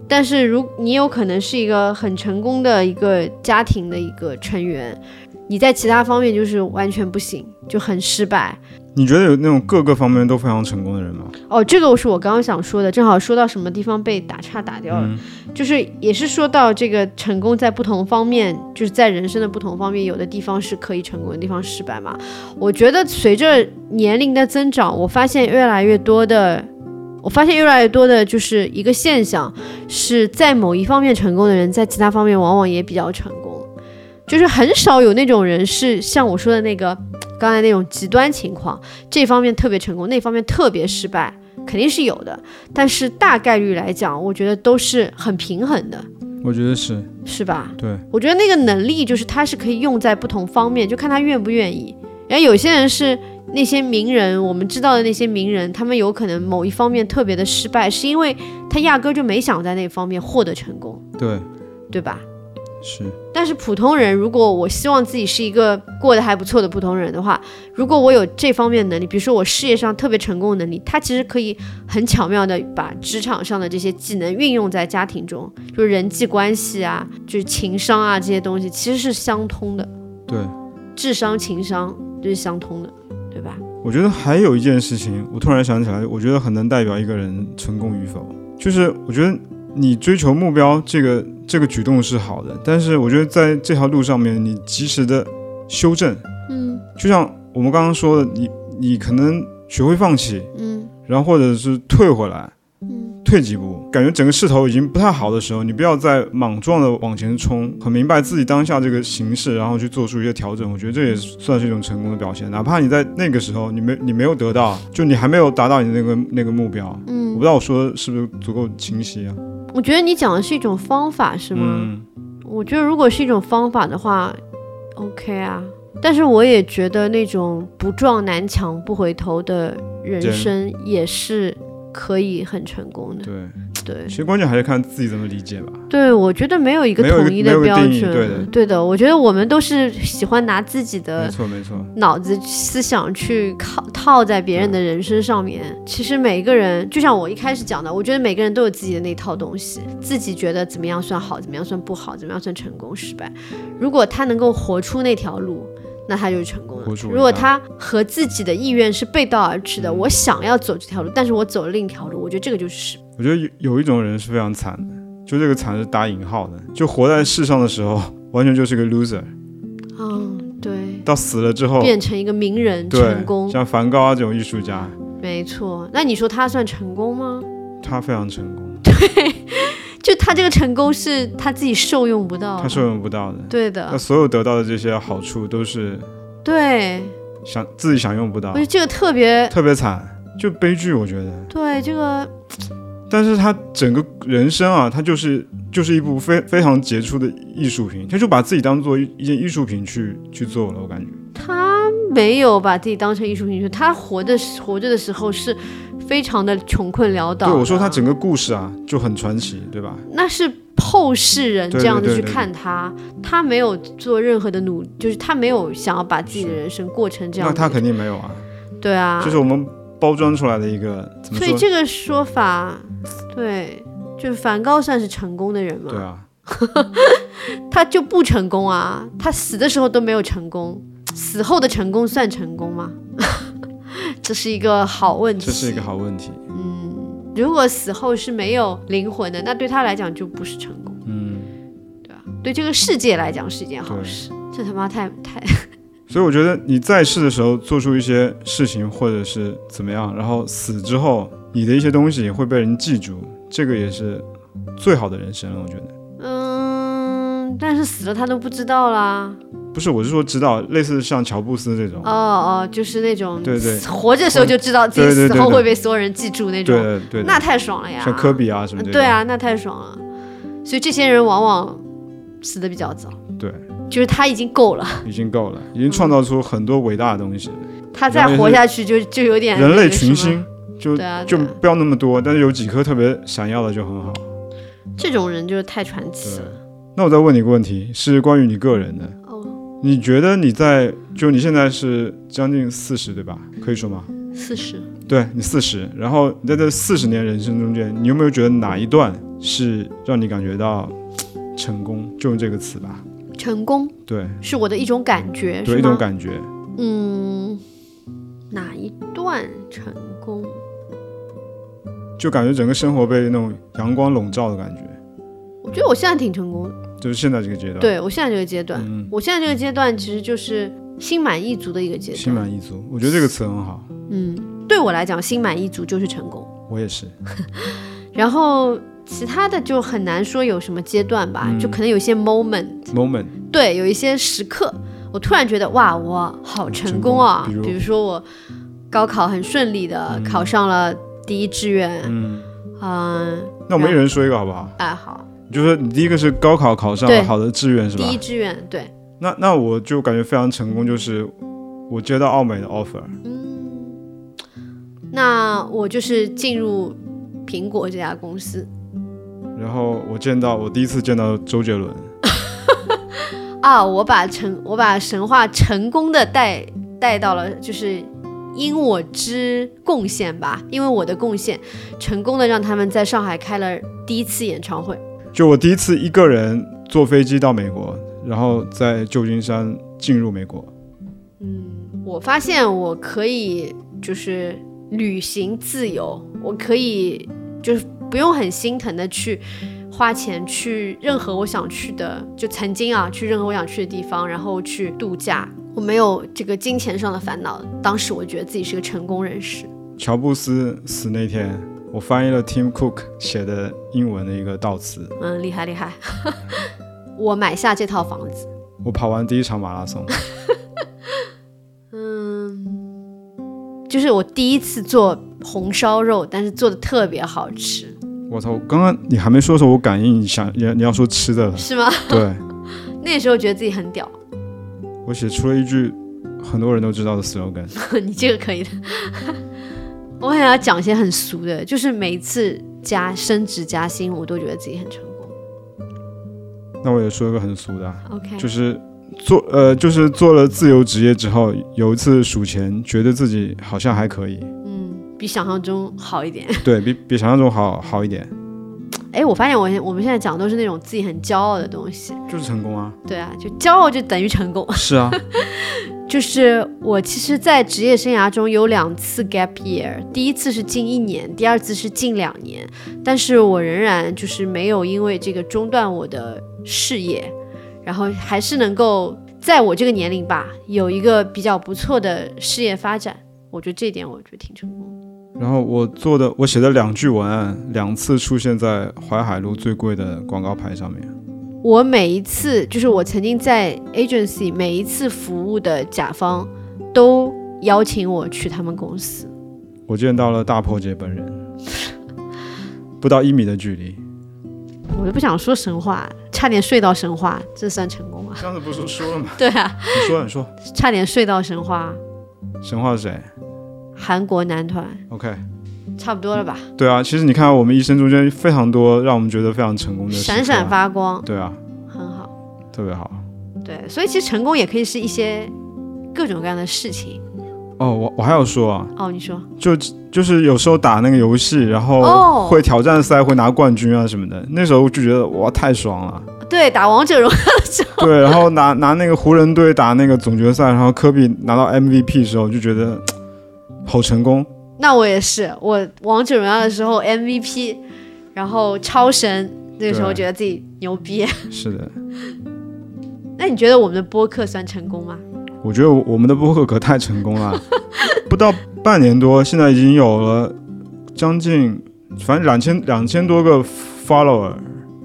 Speaker 2: 但是如你有可能是一个很成功的一个家庭的一个成员，你在其他方面就是完全不行，就很失败。
Speaker 1: 你觉得有那种各个方面都非常成功的人吗？
Speaker 2: 哦，这个是我刚刚想说的，正好说到什么地方被打岔打掉了，就是也是说到这个成功在不同方面，就是在人生的不同方面，有的地方是可以成功，有的地方失败嘛。我觉得随着年龄的增长，我发现越来越多的，我发现越来越多的就是一个现象，是在某一方面成功的人，在其他方面往往也比较成功。就是很少有那种人是像我说的那个刚才那种极端情况，这方面特别成功，那方面特别失败，肯定是有的。但是大概率来讲，我觉得都是很平衡的，
Speaker 1: 我觉得是
Speaker 2: 是吧？
Speaker 1: 对。
Speaker 2: 我觉得那个能力就是它是可以用在不同方面，就看他愿不愿意。然后有些人是那些名人，我们知道的那些名人，他们有可能某一方面特别的失败，是因为他压根儿就没想在那方面获得成功，
Speaker 1: 对，
Speaker 2: 对吧？
Speaker 1: 是
Speaker 2: 但是普通人，如果我希望自己是一个过得还不错的普通人的话，如果我有这方面的能力，比如说我事业上特别成功的能力，他其实可以很巧妙的把职场上的这些技能运用在家庭中，就是人际关系啊，就是情商啊这些东西其实是相通的，
Speaker 1: 对。
Speaker 2: 智商、情商就是相通的，对吧？
Speaker 1: 我觉得还有一件事情，我突然想起来，我觉得很能代表一个人成功与否，就是我觉得你追求目标这个这个举动是好的，但是我觉得在这条路上面，你及时的修正，
Speaker 2: 嗯
Speaker 1: 就像我们刚刚说的，你你可能学会放弃，
Speaker 2: 嗯
Speaker 1: 然后或者是退回来，
Speaker 2: 嗯，
Speaker 1: 退几步，感觉整个势头已经不太好的时候，你不要再莽撞的往前冲，很明白自己当下这个形势，然后去做出一些调整。我觉得这也算是一种成功的表现，哪怕你在那个时候你没你没有得到，就你还没有达到你的那个那个目标。
Speaker 2: 嗯
Speaker 1: 我不知道我说的是不是足够清晰啊？
Speaker 2: 我觉得你讲的是一种方法，是吗？
Speaker 1: 嗯，
Speaker 2: 我觉得如果是一种方法的话，OK 啊。但是我也觉得那种不撞南墙不回头的人
Speaker 1: 真
Speaker 2: 生也是可以很成功的。
Speaker 1: 对，
Speaker 2: 对
Speaker 1: 其实关键还是看自己怎么理解吧。
Speaker 2: 对，我觉得没有一个
Speaker 1: 没有一个
Speaker 2: 统一
Speaker 1: 没有一个
Speaker 2: 的标
Speaker 1: 定义
Speaker 2: 准。
Speaker 1: 对的
Speaker 2: 的，我觉得我们都是喜欢拿自己
Speaker 1: 没
Speaker 2: 的
Speaker 1: 错，没错，
Speaker 2: 脑子思想去靠套在别人的人身上面。其实每一个人，就像我一开始讲的，我觉得每个人都有自己的那套东西，自己觉得怎么样算好，怎么样算不好，怎么样算成功失败。如果他能够活出那条路。那他就是成功了
Speaker 1: 活出。伟大嗯
Speaker 2: 如果他和自己的意愿是背道而驰的，我想要走这条路，但是我走了另一条路，我觉得这个就是失败。
Speaker 1: 我觉得有有一种人是非常惨的，就这个惨是打引号的，就活在世上的时候完全就是个 loser，
Speaker 2: 嗯，对，
Speaker 1: 到死了之后。
Speaker 2: 变成一个名人
Speaker 1: 哦对
Speaker 2: 成，功，
Speaker 1: 像梵高啊这种艺术家，
Speaker 2: 没错。那你说他算成功吗？
Speaker 1: 他非常成功，
Speaker 2: 就他这个成功是他自己受用不到的，
Speaker 1: 他受用不到的。
Speaker 2: 对
Speaker 1: 他
Speaker 2: 的，
Speaker 1: 所有得到的这些好处都是
Speaker 2: 对，
Speaker 1: 享自己享用不到
Speaker 2: 我觉，得这个特别
Speaker 1: 特别惨，就悲剧。我觉得，
Speaker 2: 对这个，
Speaker 1: 但是他整个人生啊，他就是就是一部非非常杰出的艺术品，他就把自己当做一一件艺术品去去做了。我感觉，
Speaker 2: 他没有把自己当成艺术品去，他活的时活着的时候是非常的穷困潦倒。
Speaker 1: 对，我说他整个故事啊就很传奇，对吧？
Speaker 2: 那是后世人
Speaker 1: 对
Speaker 2: 这样
Speaker 1: 对
Speaker 2: 子
Speaker 1: 对
Speaker 2: 去
Speaker 1: 对
Speaker 2: 看他，他没有做任何的努，就是他没有想要把自己的人生过成这样
Speaker 1: 那
Speaker 2: 子。
Speaker 1: 他肯定没有啊，
Speaker 2: 对啊，
Speaker 1: 就是我们包装出来的一个怎么
Speaker 2: 所以
Speaker 1: 说？
Speaker 2: 这个说法，对，就是梵高算是成功的人嘛
Speaker 1: 对，啊，
Speaker 2: 他就不成功啊，他死的时候都没有成功，死后的成功算成功吗？ 这是一个好问题。
Speaker 1: 这是一个好问题。
Speaker 2: 如果死后是没有灵魂的，那对他来讲就不是成功，
Speaker 1: 嗯，
Speaker 2: 对吧？对这个世界来讲是一件好
Speaker 1: 对
Speaker 2: 事。这他妈太太
Speaker 1: 所以我觉得你在世的时候做出一些事情，或者是怎么样，然后死之后你的一些东西会被人记住，这个也是最好的人生了。我觉得
Speaker 2: 嗯，但是死了他都不知道啦。
Speaker 1: 不是，我是说指导类似像乔布斯这种，
Speaker 2: 哦哦，就是那种
Speaker 1: 对对
Speaker 2: 活着的时候就知道自己
Speaker 1: 对对
Speaker 2: 死
Speaker 1: 对
Speaker 2: 后
Speaker 1: 对
Speaker 2: 会被所有人记住那种，
Speaker 1: 对的对的，
Speaker 2: 那太爽了呀！
Speaker 1: 像科比啊什么
Speaker 2: 嗯
Speaker 1: 这种，
Speaker 2: 对啊，那太爽了。所以这些人往往死的比较早，
Speaker 1: 对，
Speaker 2: 就是他已经够了，
Speaker 1: 已经够了，已经 创造出很多伟大的东西，
Speaker 2: 他再活下去就就有点
Speaker 1: 人类
Speaker 2: 那个什
Speaker 1: 群
Speaker 2: 么
Speaker 1: 星就
Speaker 2: 对啊，
Speaker 1: 就
Speaker 2: 对啊
Speaker 1: 不要那么多，但是有几颗特别闪耀的就很好。
Speaker 2: 这种人就是太传奇
Speaker 1: 对
Speaker 2: 了。，
Speaker 1: 那我再问你一个问题，是关于你个人的。
Speaker 2: 哦，
Speaker 1: 你觉得你在就你现在是将近四十对吧？可以说吗？
Speaker 2: 四十，
Speaker 1: 对你四十，然后你在这四十年人生中间，你有没有觉得哪一段是让你感觉到嘖成功？就用这个词吧。
Speaker 2: 成功
Speaker 1: 对，
Speaker 2: 是我的一种感觉，
Speaker 1: 对
Speaker 2: 是
Speaker 1: 一种
Speaker 2: 吗
Speaker 1: 感觉，
Speaker 2: 嗯，哪一段成功？
Speaker 1: 就感觉整个生活被那种阳光笼罩的感觉，
Speaker 2: 我觉得我现在挺成功的，
Speaker 1: 就是现在这个阶段，，
Speaker 2: 对我现在这个阶段，
Speaker 1: 啊嗯，
Speaker 2: 我现在这个阶段其实就是心满意足的一个阶
Speaker 1: 心
Speaker 2: 段。
Speaker 1: 满意足。我觉得这个词很好，
Speaker 2: 嗯，对我来讲，心满意足就是成功。
Speaker 1: 我也是。
Speaker 2: 然后其他的就很难说有什么阶段吧，
Speaker 1: 嗯
Speaker 2: 就可能有一些 moment，
Speaker 1: moment
Speaker 2: 对，有一些时刻，我突然觉得哇，我好成功啊！
Speaker 1: 成功比如
Speaker 2: 比如说我高考很顺利的考上了第一志愿，
Speaker 1: 嗯，
Speaker 2: 嗯，
Speaker 1: 那我们一人说一个好不好？
Speaker 2: 哎、好，
Speaker 1: 你就说你第一个是高考考上
Speaker 2: 对
Speaker 1: 了好的志愿是吧
Speaker 2: 第？一志愿，对，
Speaker 1: 那那我就感觉非常成功，就是我接到奥美的 offer，
Speaker 2: 嗯，那我就是进入苹果这家公司
Speaker 1: 然后我见到我第一次见到周杰伦，
Speaker 2: 啊，我把成我把神话成功的带带到了，就是因我之贡献吧，因为我的贡献，成功的让他们在上海开了第一次演唱会。
Speaker 1: 就我第一次一个人坐飞机到美国，然后在旧金山进入美国，
Speaker 2: 我发现我可以就是旅行自由，我可以就是不用很心疼的去花钱去任何我想去的，就曾经啊去任何我想去的地方，然后去度假，我没有这个金钱上的烦恼。当时我觉得自己是个成功人士。
Speaker 1: 乔布斯死那天，我翻译了 Tim Cook 写的英文的一个悼词，
Speaker 2: 嗯，厉害厉害。 我买下这套房子，
Speaker 1: 我跑完第一场马拉松，
Speaker 2: 嗯，就是我第一次做红烧肉，但是做的特别好吃，，
Speaker 1: 我操！刚刚你还没说的时候，我感应你想你你要说吃的了
Speaker 2: 是吗？
Speaker 1: 对
Speaker 2: 那时候觉得自己很屌，
Speaker 1: 我写出了一句很多人都知道的 slogan，
Speaker 2: 你这个可以的。 我很要讲一些很俗的，就是每一次加升职加薪，我都觉得自己很成功。
Speaker 1: 那我也说一个很俗的啊，
Speaker 2: OK，
Speaker 1: 就是做呃，就是做了自由职业之后，有一次数钱，觉得自己好像还可以，
Speaker 2: 嗯，比想象中好一点。
Speaker 1: 对比比想象中好好一点，
Speaker 2: 哎，我发现我现我们现在讲的都是那种自己很骄傲的东西。
Speaker 1: 就是成功啊，
Speaker 2: 对啊，就骄傲就等于成功。
Speaker 1: 是啊，
Speaker 2: 就是我其实，在职业生涯中有两次 gap year，第一次是近一年，第二次是近两年，但是我仍然就是没有因为这个中断我的事业，然后还是能够在我这个年龄吧，有一个比较不错的事业发展，我觉得这一点我觉得挺成功的。
Speaker 1: 然后我做的我写的两句文案，两次出现在淮海路最贵的广告牌上面，
Speaker 2: 我每一次就是我曾经在 agency 每一次服务的甲方都邀请我去他们公司，
Speaker 1: 我见到了大破姐本人，不到一米的距离，
Speaker 2: 我都不想说神话，差点睡到神话，这算成功吗？
Speaker 1: 上次不是说了吗？
Speaker 2: 对啊，
Speaker 1: 你说，你说，
Speaker 2: 差点睡到神话，
Speaker 1: 神话是谁
Speaker 2: 韩国男团
Speaker 1: ？OK，
Speaker 2: 差不多了吧？
Speaker 1: 对啊，其实你看我们一生中间非常多让我们觉得非常成功的，啊
Speaker 2: 闪闪，发光，
Speaker 1: 对啊，
Speaker 2: 很好。
Speaker 1: 特别好。
Speaker 2: 对，所以其实成功也可以是一些各种各样的事情。
Speaker 1: 哦，我我还要说啊，
Speaker 2: 哦，你说
Speaker 1: 就就是有时候打那个游戏，然
Speaker 2: 哦
Speaker 1: 后会挑战赛会拿冠军啊什么的，那时候就觉得哇太爽了。
Speaker 2: 对，打王者荣 耀
Speaker 1: 对，然后拿拿那个湖人队打那个总决赛，然后科比拿到 MVP 的时候，就觉得嘖好成功。
Speaker 2: 那我也是，我王者荣耀的时候 MVP，然后超神，那个时候
Speaker 1: 对
Speaker 2: 觉得自己牛逼。
Speaker 1: 是的，
Speaker 2: 那你觉得我们的播客算成功吗？
Speaker 1: 我觉得我们的播客可太成功了， 不到半年多，现在已经有了将近，反正两千两千多个 follower，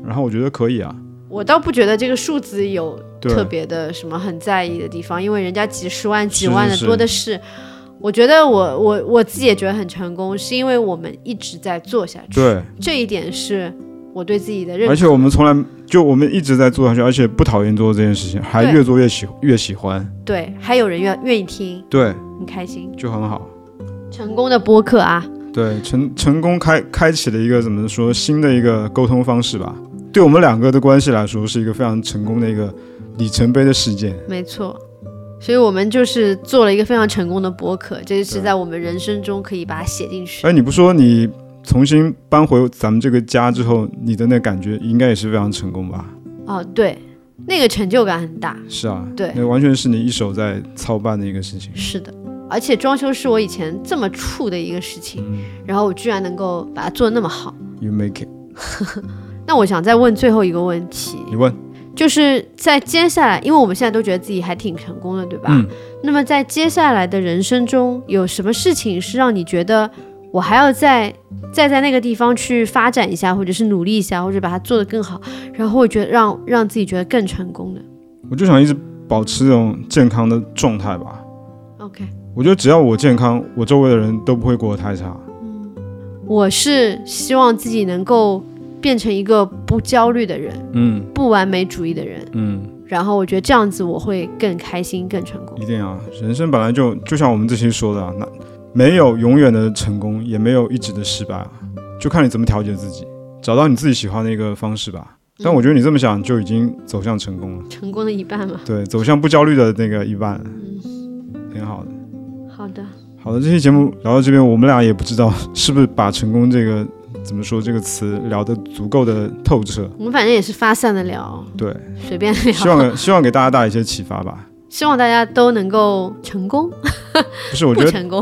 Speaker 1: 然后我觉得可以啊。
Speaker 2: 我倒不觉得这个数字有
Speaker 1: 对，
Speaker 2: 特别的什么很在意的地方，因为人家几十万、几
Speaker 1: 是
Speaker 2: 万的
Speaker 1: 是
Speaker 2: 多的是。我觉得我我我自己也觉得很成功，是因为我们一直在做下去。，
Speaker 1: 对，
Speaker 2: 这一点是我对自己的认
Speaker 1: 而
Speaker 2: 可。
Speaker 1: 且我们从来就我们一直在做下去，而且不讨厌做这件事情，还
Speaker 2: 对
Speaker 1: 越做越喜越喜欢，
Speaker 2: 对，还有人愿愿意听，
Speaker 1: 对，
Speaker 2: 很开心。
Speaker 1: 就很好。
Speaker 2: 成功的播客啊，
Speaker 1: 对，成成功开开启了一个怎么说新的一个沟通方式吧，对我们两个的关系来说是一个非常成功的一个里程碑的事件。
Speaker 2: 没错，所以我们就是做了一个非常成功的播客，这是
Speaker 1: 对
Speaker 2: 在我们人生中可以把它写进去。
Speaker 1: 哎，你不说你重新搬回咱们这个家之后，你的那感觉应该也是非常成功吧？
Speaker 2: 哦，对，那个成就感很大，
Speaker 1: 是啊，
Speaker 2: 对
Speaker 1: 那完全是你一手在操办的一个事情。
Speaker 2: 是的。而且装修是我以前这么怵的一个事情，
Speaker 1: 嗯
Speaker 2: 然后我居然能够把它做得那么好。
Speaker 1: ，You make it。
Speaker 2: 那我想再问最后一个问题，
Speaker 1: 你问，
Speaker 2: 就是在接下来，因为我们现在都觉得自己还挺成功的，对吧？
Speaker 1: 嗯
Speaker 2: 那么在接下来的人生中，有什么事情是让你觉得我还要再再在那个地方去发展一下，或者是努力一下，或者把它做得更好，然后我觉得让让自己觉得更成功的
Speaker 1: 我就想一直保持这种健康的状态吧。嗯
Speaker 2: ？OK，
Speaker 1: 我觉得只要我健康，我周围的人都不会过得太差。
Speaker 2: 我是希望自己能够变成一个不焦虑的人，
Speaker 1: 嗯
Speaker 2: 不完美主义的人，
Speaker 1: 嗯。
Speaker 2: 然后我觉得这样子我会更开心、更成功。
Speaker 1: 一定啊，人生本来就就像我们这期说的、啊，那没有永远的成功，也没有一直的失败啊，就看你怎么调节自己，找到你自己喜欢的一个方式吧。但我觉得你这么想就已经走向成功了，
Speaker 2: 成功的一半嘛。
Speaker 1: 对，走向不焦虑的那个一半，挺好的。
Speaker 2: 好的，
Speaker 1: 好的，这期节目聊到这边，我们俩也不知道是不是把成功这个怎么说这个词聊得足够的透彻，
Speaker 2: 我们反正也是发散的聊，
Speaker 1: 对，
Speaker 2: 随便聊。
Speaker 1: 希望希望给大家带来一些启发吧。
Speaker 2: 希望大家都能够成功，
Speaker 1: 不是，我觉
Speaker 2: 不
Speaker 1: 得
Speaker 2: 成功。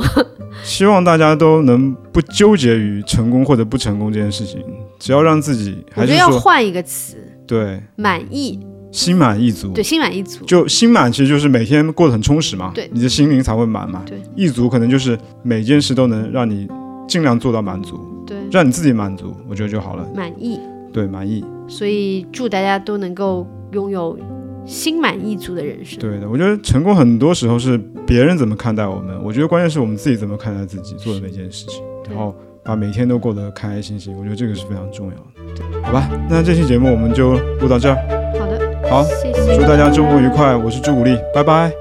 Speaker 1: 希望大家都能不纠结于成功或者不成功这件事情，只要让自己
Speaker 2: 我
Speaker 1: 还
Speaker 2: 觉
Speaker 1: 是
Speaker 2: 得要
Speaker 1: 说
Speaker 2: 换一个词，
Speaker 1: 对
Speaker 2: 满意，
Speaker 1: 心满意足
Speaker 2: 对，。心满意足，
Speaker 1: 就心满其实就是每天过得很充实嘛，
Speaker 2: 对
Speaker 1: 你的心灵才会满嘛。
Speaker 2: 对，
Speaker 1: 意足可能就是每件事都能让你尽量做到满足，
Speaker 2: 对，
Speaker 1: 让你自己满足，我觉得就好了。
Speaker 2: 满意。
Speaker 1: 对，满意。
Speaker 2: 所以祝大家都能够拥有心满意足的人生。
Speaker 1: 对的，我觉得成功很多时候是别人怎么看待我们，我觉得关键是我们自己怎么看待自己做的每件事情，
Speaker 2: 对
Speaker 1: 然后把每天都过得开开心心，我觉得这个是非常重要的。对，好吧，那这期节目我们就录到这儿。
Speaker 2: 好的，
Speaker 1: 好，
Speaker 2: 谢谢。
Speaker 1: 祝大家周末愉快，我是朱古力，拜拜。